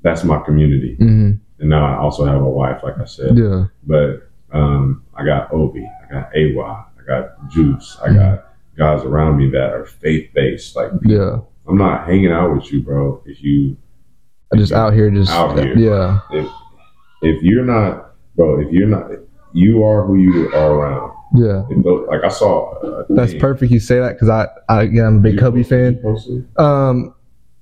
B: that's my community.
A: hmm
B: And now I also have a wife, like I said.
A: Yeah.
B: But um, I got Obi, I got AY, I got Juice,
A: Mm-hmm.
B: I got guys around me that are faith based, like
A: Yeah.
B: I'm not hanging out with you, bro. If you
A: I just out here. Just
B: Out here.
A: yeah.
B: if you're not, bro, if you're not, you are who you are around.
A: Yeah.
B: If tho- Like I saw. uh,
A: That's
B: thing
A: perfect. You say that because I, I again, I'm a big
B: you
A: Kobe
B: posted-
A: fan.
B: you posted.
A: Um,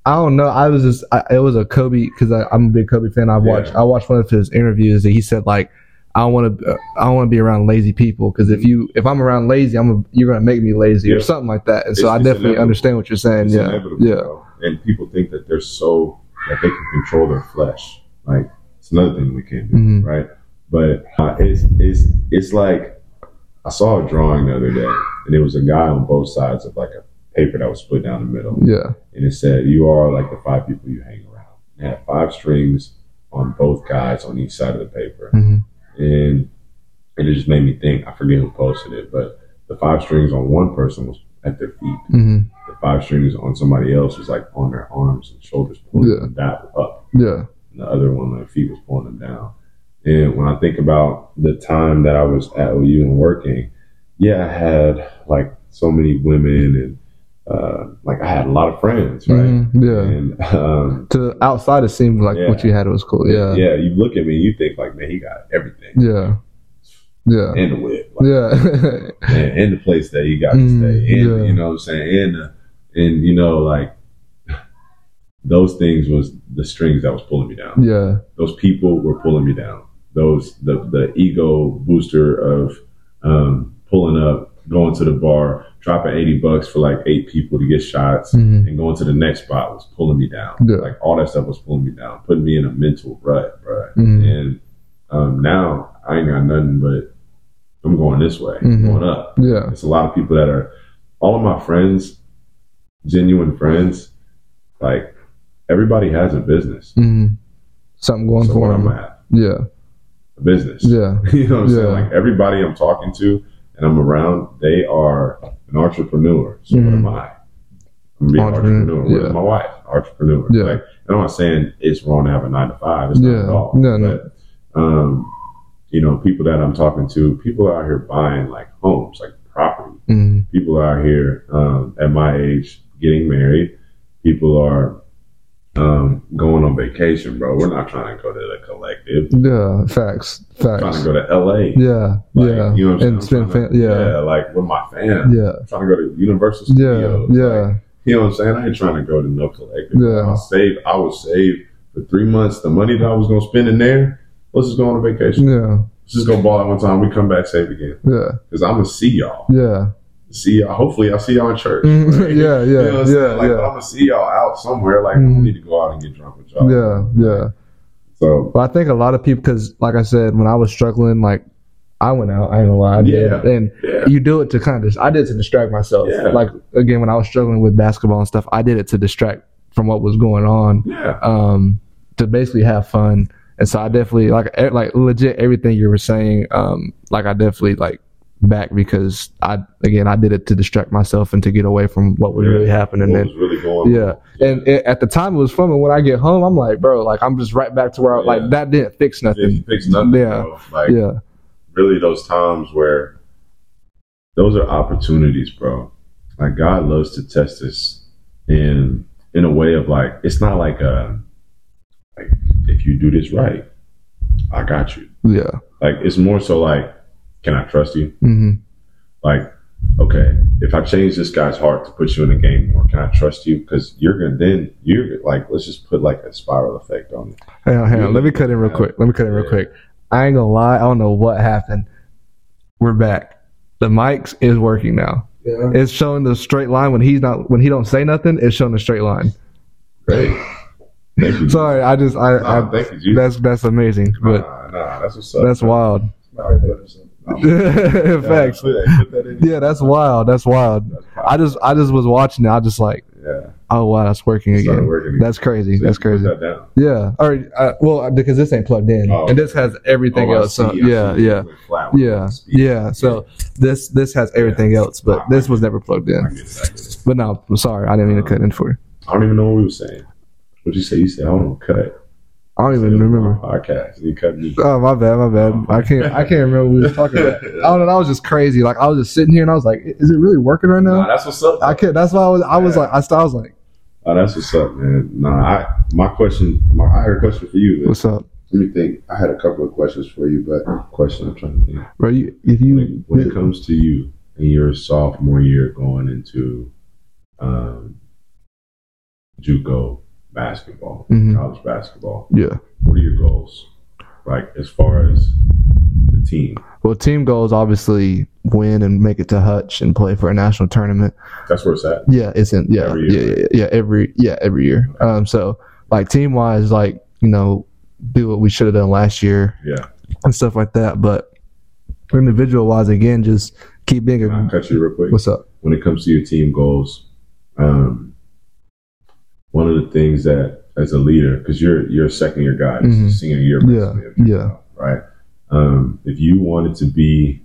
A: I don't know. I was just I, it was a Kobe because I'm a big Kobe fan. I watched I watched one of his interviews that he said like I want to I want to be around lazy people because if you if I'm around lazy I'm a, you're gonna make me lazy or
B: Yeah.
A: something like that. And so
B: It's-
A: I
B: it's
A: definitely
B: inevitable.
A: understand what you're saying.
B: It's
A: yeah,
B: inevitable,
A: yeah,
B: bro. And people think that they're so that they can control their flesh. Like it's another thing we can't do,
A: Mhm.
B: right? But uh, it's it's it's like I saw a drawing the other day, and it was a guy on both sides of like a paper that was split down the middle.
A: yeah,
B: and it said, "You are like the five people you hang around." It had five strings on both guys on each side of the paper,
A: Mhm.
B: and and it just made me think. I forget who posted it, but the five strings on one person was at their feet.
A: hmm
B: The five strings on somebody else was like on their arms and shoulders, pulling them down up,
A: yeah,
B: and the other one on their feet was pulling them down. And when I think about the time that I was at OU and working, yeah, I had like so many women and uh, like I had a lot of friends, right?
A: Mhm. yeah.
B: And um,
A: To outside it seemed like
B: Yeah.
A: what you had was cool.
B: yeah.
A: Yeah,
B: you look at me, you think like, man, he got everything
A: yeah, yeah,
B: and the whip, like,
A: yeah,
B: and, and the place that he got to
A: Mm,
B: stay, and
A: yeah.
B: you know what I'm saying, and uh, and you know like those things was the strings that was pulling me down.
A: yeah,
B: Those people were pulling me down. Those the the ego booster of um, pulling up, going to the bar, dropping eighty bucks for like eight people to get shots.
A: hmm
B: and going to the next spot was pulling me down.
A: Yeah.
B: Like all that stuff was pulling me down, putting me in a mental rut, bro.
A: Mhm.
B: And um, now I ain't got nothing but I'm going this way,
A: Mhm.
B: going up.
A: yeah,
B: It's a lot of people that are all of my friends, genuine friends. Like everybody has a business.
A: hmm something going
B: So
A: for
B: what I'm
A: 'em.
B: gonna have
A: Yeah,
B: a business.
A: yeah,
B: you know what I'm saying?
A: Yeah.
B: Like everybody I'm talking to and I'm around, they are an entrepreneur. So
A: Mhm.
B: what am I? I'm gonna be an
A: Entrepreneur,
B: entrepreneur. What
A: yeah.
B: is my wife? Entrepreneur.
A: Yeah.
B: Like, and I'm not saying it's wrong to have a nine to five. It's
A: Yeah.
B: not at all.
A: No, no.
B: But, um, you know, people that I'm talking to, people are out here buying like homes, like property.
A: hmm
B: People are out here um, at my age getting married. People are um, going on vacation, bro. We're not trying to go to the collective.
A: yeah, facts,
B: We're trying to
A: facts.
B: go to LA.
A: Yeah,
B: Like,
A: yeah,
B: You know what I'm
A: and
B: saying?
A: spend
B: I'm trying
A: fan-
B: to-
A: yeah,
B: like with my fam.
A: yeah,
B: I'm trying to go to Universal
A: yeah,
B: Studios. Like,
A: yeah,
B: you know what I'm saying? I ain't trying to go to no collective.
A: Yeah.
B: I save I would save for three months the money that I was gonna spend in there. Let's just go on a vacation.
A: yeah,
B: Let's just go ball at one time. We come back save again.
A: yeah,
B: Because I'm gonna see y'all.
A: yeah,
B: See y'all. Hopefully I'll see y'all in church.
A: Mhm. yeah,
B: right? You know what
A: yeah,
B: I'm
A: yeah,
B: saying? Like uh, I'm
A: yeah,
B: gonna see y'all out somewhere. Like
A: Mhm.
B: I need to go out and get drunk with y'all.
A: yeah, yeah.
B: So
A: But I think a lot of people, because like I said, when I was struggling, like I went out, I ain't gonna lie, I did.
B: Yeah.
A: and
B: yeah.
A: you do it to kind of, I did it to distract myself.
B: Yeah.
A: Like again, when I was struggling with basketball and stuff, I did it to distract from what was going on.
B: Yeah.
A: um, to basically have fun. And so I definitely like e- like legit everything you were saying. Um, like I definitely like back because I again I did it to distract myself and to get away from what was
B: Yeah.
A: really happening.
B: what
A: And
B: was really going
A: yeah,
B: on.
A: and it, at the time it was fun, and when I get home, I'm like, bro, like I'm just right back to where I,
B: Yeah.
A: like that didn't fix nothing.
B: It fixed nothing.
A: Yeah.
B: bro. Like,
A: Yeah,
B: really those times where those are opportunities, bro. Like God loves to test us in in a way of like it's not like a like if you do this right, I got you.
A: yeah,
B: Like it's more so like, can I trust you?
A: hmm
B: Like, okay, if I change this guy's heart to put you in a game more, can I trust you? Because you're gonna then you're like let's just put like a spiral effect on it.
A: Hang on, hang on. Let me cut in real
B: Yeah.
A: quick. Let me cut in real
B: Yeah.
A: quick. I ain't gonna lie. I don't know what happened. We're back. The mics is working now.
B: Yeah.
A: It's showing the straight line when he's not when he don't say nothing. It's showing the straight line.
B: Great. Thank you.
A: Sorry, I just I,
B: Nah,
A: I
B: thank you, Jesus.
A: that's that's amazing, but
B: nah, nah, that's what's up.
A: that's
B: bro.
A: wild.
B: Nah, that's- nah,
A: Facts.
B: Put that, put that in.
A: Yeah, that's wild. That's wild.
B: That's
A: I just I just was watching it. I just like,
B: yeah.
A: oh wow, that's working
B: It started
A: again.
B: working.
A: That's crazy.
B: So
A: That's
B: you put
A: crazy.
B: that down.
A: Yeah. All right. Uh, well, because this ain't plugged in,
B: Oh.
A: and this has everything
B: Oh, I
A: else. So,
B: see, I
A: yeah,
B: see.
A: yeah.
B: Went flat with
A: Yeah,
B: the speed.
A: yeah. So this this has everything else, but this was never plugged
B: I
A: in.
B: get it, I get it.
A: But no, I'm sorry, I didn't mean to cut in for you.
B: I don't even know what we were saying. What'd you say? You said I don't cut.
A: I don't even remember.
B: podcast. You cut me.
A: Oh my bad, my bad. I can't I can't remember what we were talking about. I don't know. That was just crazy. Like I was just sitting here and I was like, is it really working right
B: Nah,
A: now?
B: that's what's up.
A: I can't. That's why I was I was like I, st- I was like,
B: Oh, that's what's up, man. Nah, I my question, my I had a question for you. Man.
A: what's up,
B: Let me think. I had a couple of questions for you, but question I'm trying to think.
A: bro? You, if you
B: When, when it comes to you and your sophomore year going into um, JUCO basketball,
A: Mhm.
B: college basketball,
A: yeah.
B: what are your goals? Like as far as the team,
A: Well, team goals obviously win and make it to Hutch and play for a national tournament.
B: that's where it's at.
A: Yeah, it's in yeah,
B: Every year,
A: yeah, yeah, yeah, every yeah, every year. Um, so like team wise, like you know, do what we should have done last year
B: Yeah,
A: and stuff like that. But individual wise, again, just keep being
B: Can I
A: a
B: cut you real quick.
A: what's up.
B: when it comes to your team goals, um, one of the things that as a leader, because you're you're a second year guy, this is
A: Mhm.
B: senior year,
A: Yeah,
B: basically, if you
A: yeah.
B: will, right. Um, if you wanted to be,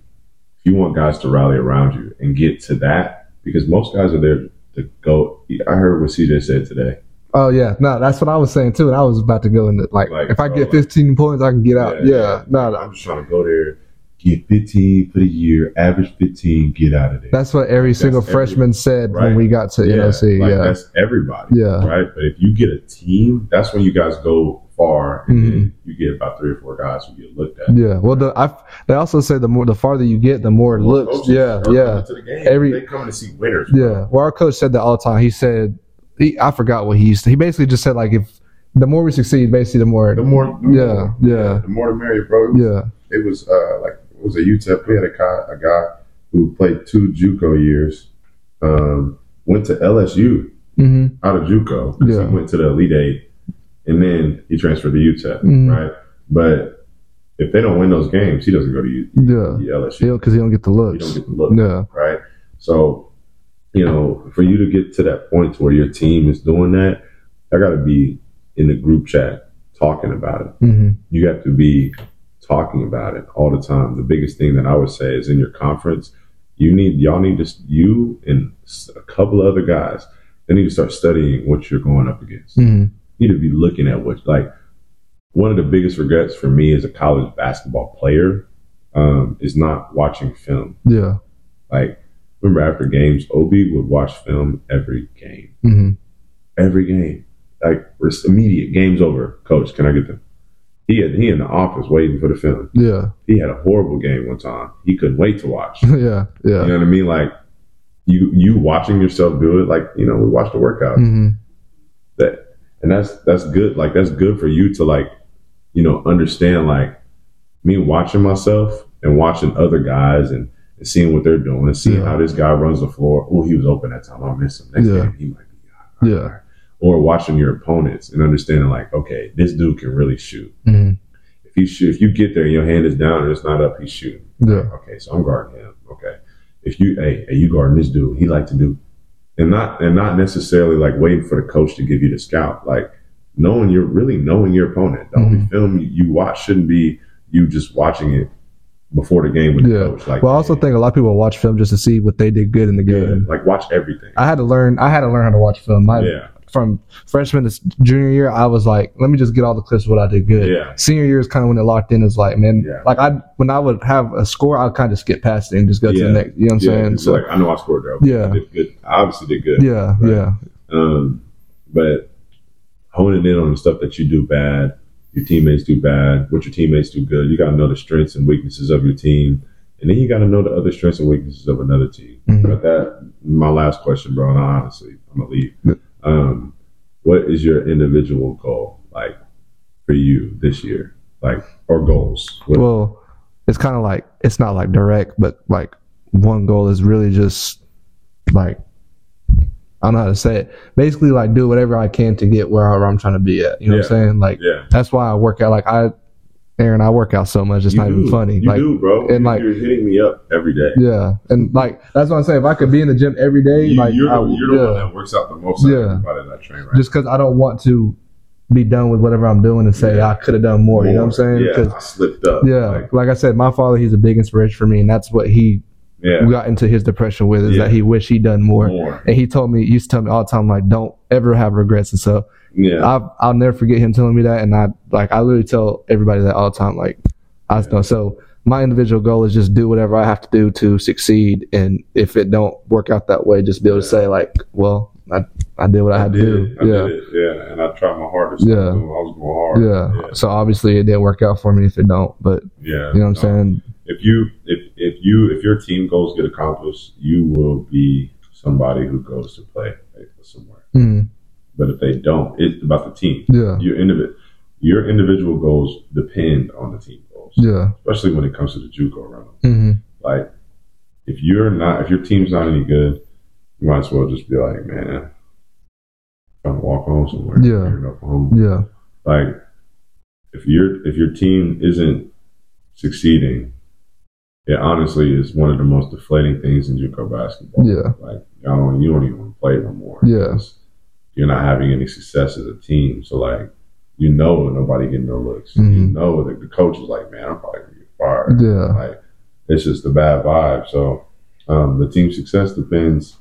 B: if you want guys to rally around you and get to that, because most guys are there to go. I heard what CJ said today.
A: Oh yeah, no, that's what I was saying too, and I was about to go into like,
B: Like,
A: if I
B: bro,
A: get
B: like-
A: 15 points, I can get out. Yeah, no, no.
B: I'm just trying to go there, get 15 for the year, average 15, get out of there.
A: that's what every single
B: every-
A: freshman said
B: right.
A: when we got to NOC.
B: like,
A: yeah,
B: that's everybody.
A: yeah,
B: right? But if you get a team, that's when you guys go far, and then
A: Mm-hmm.
B: you get about three or four guys who get looked at.
A: yeah. Well, the I they also say the more the farther you get, the more it looks.
B: Coaches
A: yeah,
B: are coming
A: yeah.
B: To the game.
A: Every-
B: they coming to see winners.
A: Yeah. Well, our coach said that all the time. He said, he, I forgot what he used to. He basically just said, like, if the more we succeed, basically, the more.
B: The more, the
A: Yeah,
B: more-
A: yeah.
B: the more the merrier, bro.
A: yeah.
B: It was uh, like it was a UTEP. We had a guy, a guy who played two JUCO years, um, went to LSU
A: hmm
B: out of JUCO. 'cause
A: Yeah.
B: He went to the Elite Eight, and then he transferred to UTEP,
A: Mhm.
B: right? But if they don't win those games, he doesn't go to U- E
A: Yeah.
B: LSU.
A: Because he don't get the
B: You
A: looks.
B: don't get the look.
A: yeah.
B: right? So, you know, for you to get to that point to where your team is doing that, I got to be in the group chat talking about it.
A: hmm
B: You have to be talking about it all the time. The biggest thing that I would say is in your conference, you need y'all need to you and s- a couple other guys. They need to start studying what you're going up against.
A: hmm
B: You need to be looking at what like one of the biggest regrets for me as a college basketball player um, is not watching film.
A: Yeah.
B: Like, remember after games, Obi would watch film every game.
A: hmm
B: Every game. Like, it's immediate. Game's over. Coach, can I get them? He had, he in the office waiting for the film.
A: Yeah.
B: He had a horrible game one time. He couldn't wait to watch. You
A: yeah. Yeah.
B: know what I mean? Like, you you watching yourself do it. Like, you know, we watched the workout.
A: hmm
B: That and that's that's good. Like, that's good for you to like, you know, understand. Like, me watching myself and watching other guys and, and seeing what they're doing and seeing
A: Yeah.
B: how this guy runs the floor. Oh, he was open that time. I'll miss him. Next
A: Yeah.
B: game, he might be out.
A: Yeah.
B: Or watching your opponents and understanding, like, okay, this dude can really shoot.
A: hmm
B: If you shoot, if you get there and your hand is down and it's not up, he's shooting.
A: Yeah.
B: Okay, so I'm guarding him. Okay, if you, hey, hey, you guarding this dude, he like to do, and not and not necessarily like waiting for the coach to give you the scout. Like knowing
A: Mm-hmm.
B: you're really knowing your opponent. The only film you, you watch shouldn't be you just watching it before the game with the
A: Yeah.
B: coach. Like,
A: Well, I also think a lot of people watch film just to see what they did good in the
B: yeah,
A: game.
B: like watch everything.
A: I had to learn. I had to learn how to watch film. My,
B: yeah,
A: From freshman to s- junior year, I was like, let me just get all the clips of what I did good.
B: Yeah.
A: Senior year is kind of when it locked in. Is like, man,
B: Yeah.
A: like I when I would have a score, I'd kind of skip past it and just go to
B: Yeah.
A: the next. You know what I'm
B: yeah.
A: saying?
B: it's
A: So
B: like I know I scored though.
A: Yeah.
B: I did good. I obviously did good.
A: yeah,
B: Right.
A: yeah,
B: Um, but honing in on the stuff that you do bad, your teammates do bad, what your teammates do good. You got to know the strengths and weaknesses of your team, and then you got to know the other strengths and weaknesses of another team.
A: Mhm.
B: But that, my last question, bro, and I honestly, I'm gonna leave. Um, what is your individual goal like for you this year? Like, or goals? What-
A: Well, it's kind of like it's not like direct, but like one goal is really just like I don't know how to say it. Basically, like do whatever I can to get where I'm trying to be at. You know what I'm saying? Like
B: yeah,
A: that's why I work out. Like I, Aaron, I work out so much. It's
B: You
A: not
B: do.
A: even funny.
B: You
A: like
B: do, bro.
A: and
B: You-
A: like-
B: you're hitting me up every day.
A: yeah, and like that's what I'm saying. If I could be in the gym every day,
B: You,
A: like
B: you're
A: I,
B: the, you're the
A: yeah,
B: one that works out the most. out of
A: Yeah.
B: everybody that I train right
A: just because I don't want to be done with whatever I'm doing and say
B: Yeah.
A: I could have done more, You know what I'm saying?
B: Yeah,
A: 'Cause-
B: I slipped up.
A: yeah,
B: Like,
A: like I said, my father, he's a big inspiration for me, and that's what he
B: yeah.
A: got into his depression with is
B: Yeah.
A: that he wished he'd done more.
B: More.
A: And he told me, he used to tell me all the time, like, don't ever have regrets. And so
B: Yeah.
A: I've, I'll never forget him telling me that. And I, like, I literally tell everybody that all the time. Like, I just know. So my individual goal is just do whatever I have to do to succeed. And if it don't work out that way, just be able to say, like, well, I, I did what I, had
B: did
A: to
B: it. I
A: do. Yeah.
B: did it. Yeah. And I tried my hardest.
A: Yeah.
B: I was going hard.
A: Yeah. So obviously it didn't work out for me if it don't, but
B: Yeah.
A: you know what I'm saying?
B: If you, if, if you, if your team goals get accomplished, you will be somebody who goes to play somewhere.
A: Mm,
B: But if they don't, it's about the team.
A: yeah.
B: Your individ, your individual goals depend on the team goals,
A: Yeah.
B: especially when it comes to the JUCO round.
A: hmm
B: Like, if you're not, if your team's not any good, you might as well just be like, man, trying to walk home somewhere.
A: Yeah.
B: Here in Oklahoma.
A: Yeah.
B: Like, if your if your team isn't succeeding, it honestly is one of the most deflating things in JUCO basketball.
A: Yeah.
B: Like, y'all don't, you don't even want to play no more.
A: Yeah.
B: Because You're not having any success as a team, so like, you know, nobody getting no looks. You
A: Mhm.
B: know that the coach is like, man, I'm probably gonna get fired.
A: Yeah.
B: Like it's just a bad vibe. So um, the team success depends.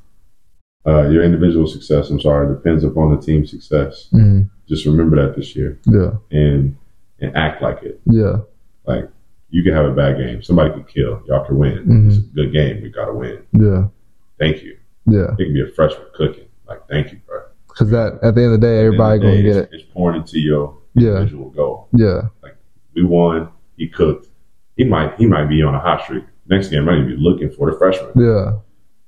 B: Uh, your individual success, I'm sorry, depends upon the team's success.
A: Mm,
B: Just remember that this year
A: yeah.
B: and and act like it.
A: Yeah.
B: You can have a bad game. Somebody could kill. Y'all can win.
A: Mhm.
B: It's a good game. We gotta win.
A: Yeah.
B: Thank you.
A: Yeah.
B: It can be a freshman cooking. Like thank you, bro.
A: Because that at the end of the day, everybody
B: At the end
A: gonna
B: of the
A: get
B: day,
A: it.
B: It's, it's pouring into your
A: Yeah,
B: individual goal.
A: yeah,
B: We won. He cooked. He might he might be on a hot streak. Next game, I might be looking for the freshman
A: yeah.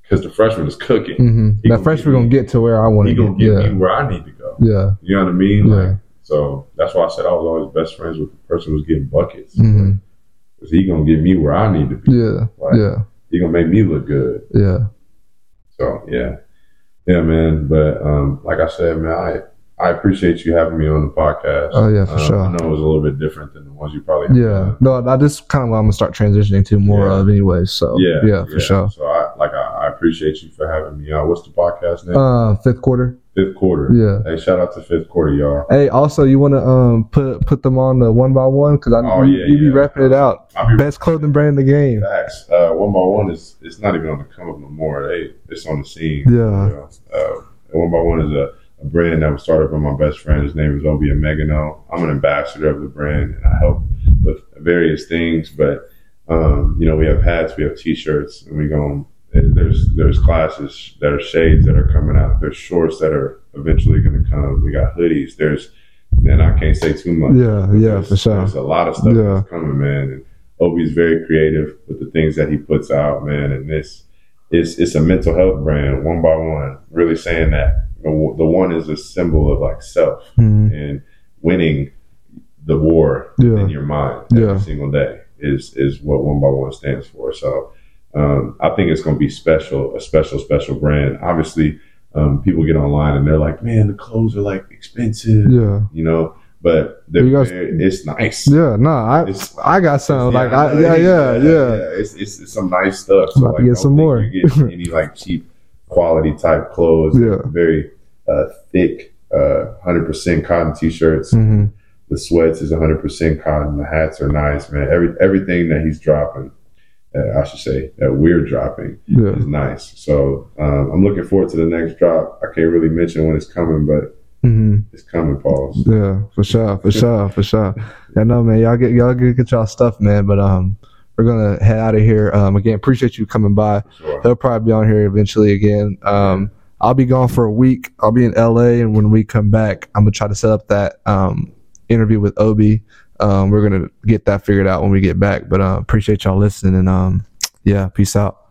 B: because the freshman is cooking.
A: hmm
B: He
A: Now
B: gonna
A: first
B: get
A: we're gonna
B: me.
A: get to where I want
B: he
A: to
B: gonna
A: get.
B: get
A: Yeah,
B: me where I need to go.
A: yeah,
B: You know what I mean?
A: Yeah.
B: Like, so that's why I said I was always best friends with the person who's getting buckets.
A: Mhm.
B: Cause he gonna get me where I need to be.
A: yeah,
B: Like,
A: yeah,
B: He gonna make me look good.
A: yeah.
B: So yeah, yeah, man. But um, like I said, man, I I appreciate you having me on the podcast.
A: Oh, yeah, for
B: Um,
A: sure.
B: I know it was a little bit different than the ones you probably had
A: Yeah,
B: done.
A: no, I- that's kind of what I'm gonna start transitioning to more
B: Yeah.
A: of, anyways. So
B: Yeah,
A: yeah, for sure.
B: So I like I, I appreciate you for having me on. What's the podcast name?
A: Uh, fifth quarter.
B: fifth quarter.
A: Yeah.
B: Hey, shout out to fifth quarter, y'all.
A: Hey, also you wanna um put put them on the one by one because I
B: Oh,
A: you,
B: yeah,
A: you be
B: yeah.
A: wrapping it out.
B: I'll be
A: Best clothing brand in the game.
B: Facts. Uh, one by one is it's not even on the come up no more. They it's on the scene.
A: Yeah.
B: You know? Uh, one by one is a, a brand that was started by my best friend. His name is Obi Megano. I'm an ambassador of the brand, and I help with various things. But um, you know, we have hats, we have T-shirts, and we go. There's there's classes that are shades that are coming out. There's shorts that are eventually going to come. We got hoodies. There's and I can't say too much.
A: Yeah,
B: But
A: yeah,
B: there's-
A: for sure.
B: There's a lot of stuff
A: Yeah.
B: that's coming, man. And Obi's very creative with the things that he puts out, man. And this, it's it's a mental health brand, one by one. Really saying that the w- the one is a symbol of like self
A: Mhm.
B: and winning the war
A: Yeah.
B: in your mind every
A: Yeah.
B: single day is is what one by one stands for. So um, I think it's going to be special, a special, special brand. Obviously, um, people get online and they're like, "Man, the clothes are like expensive,"
A: Yeah,
B: you know. But they're,
A: You guys-
B: very- it's nice.
A: yeah. No, I
B: It's-
A: I got some like I
B: know
A: yeah
B: it is.
A: yeah yeah
B: It's, it's it's some nice stuff.
A: About to
B: like,
A: get
B: I don't
A: some
B: think
A: more.
B: You're getting any like cheap quality type clothes.
A: Yeah.
B: uh, Very uh, thick, hundred percent cotton t-shirts.
A: Mhm.
B: The sweats is 100% cotton. The hats are nice, man. Every everything that he's dropping, uh, I should say, that we're dropping
A: Yeah.
B: is nice. So um, I'm looking forward to the next drop. I can't really mention when it's coming, but
A: hmm
B: it's coming, Pauls.
A: Yeah, for sure, for sure, for sure. I know, man. Y'all get y'all get, get y'all stuff, man. But um, we're gonna head out of here. Um, again, appreciate you coming by.
B: Sure.
A: They'll probably be on here eventually again. Um, I'll be gone for a week. I'll be in LA, and when we come back, I'm gonna try to set up that um interview with Obi. Um, we're gonna get that figured out when we get back. But uh, appreciate y'all listening, and um, yeah, peace out.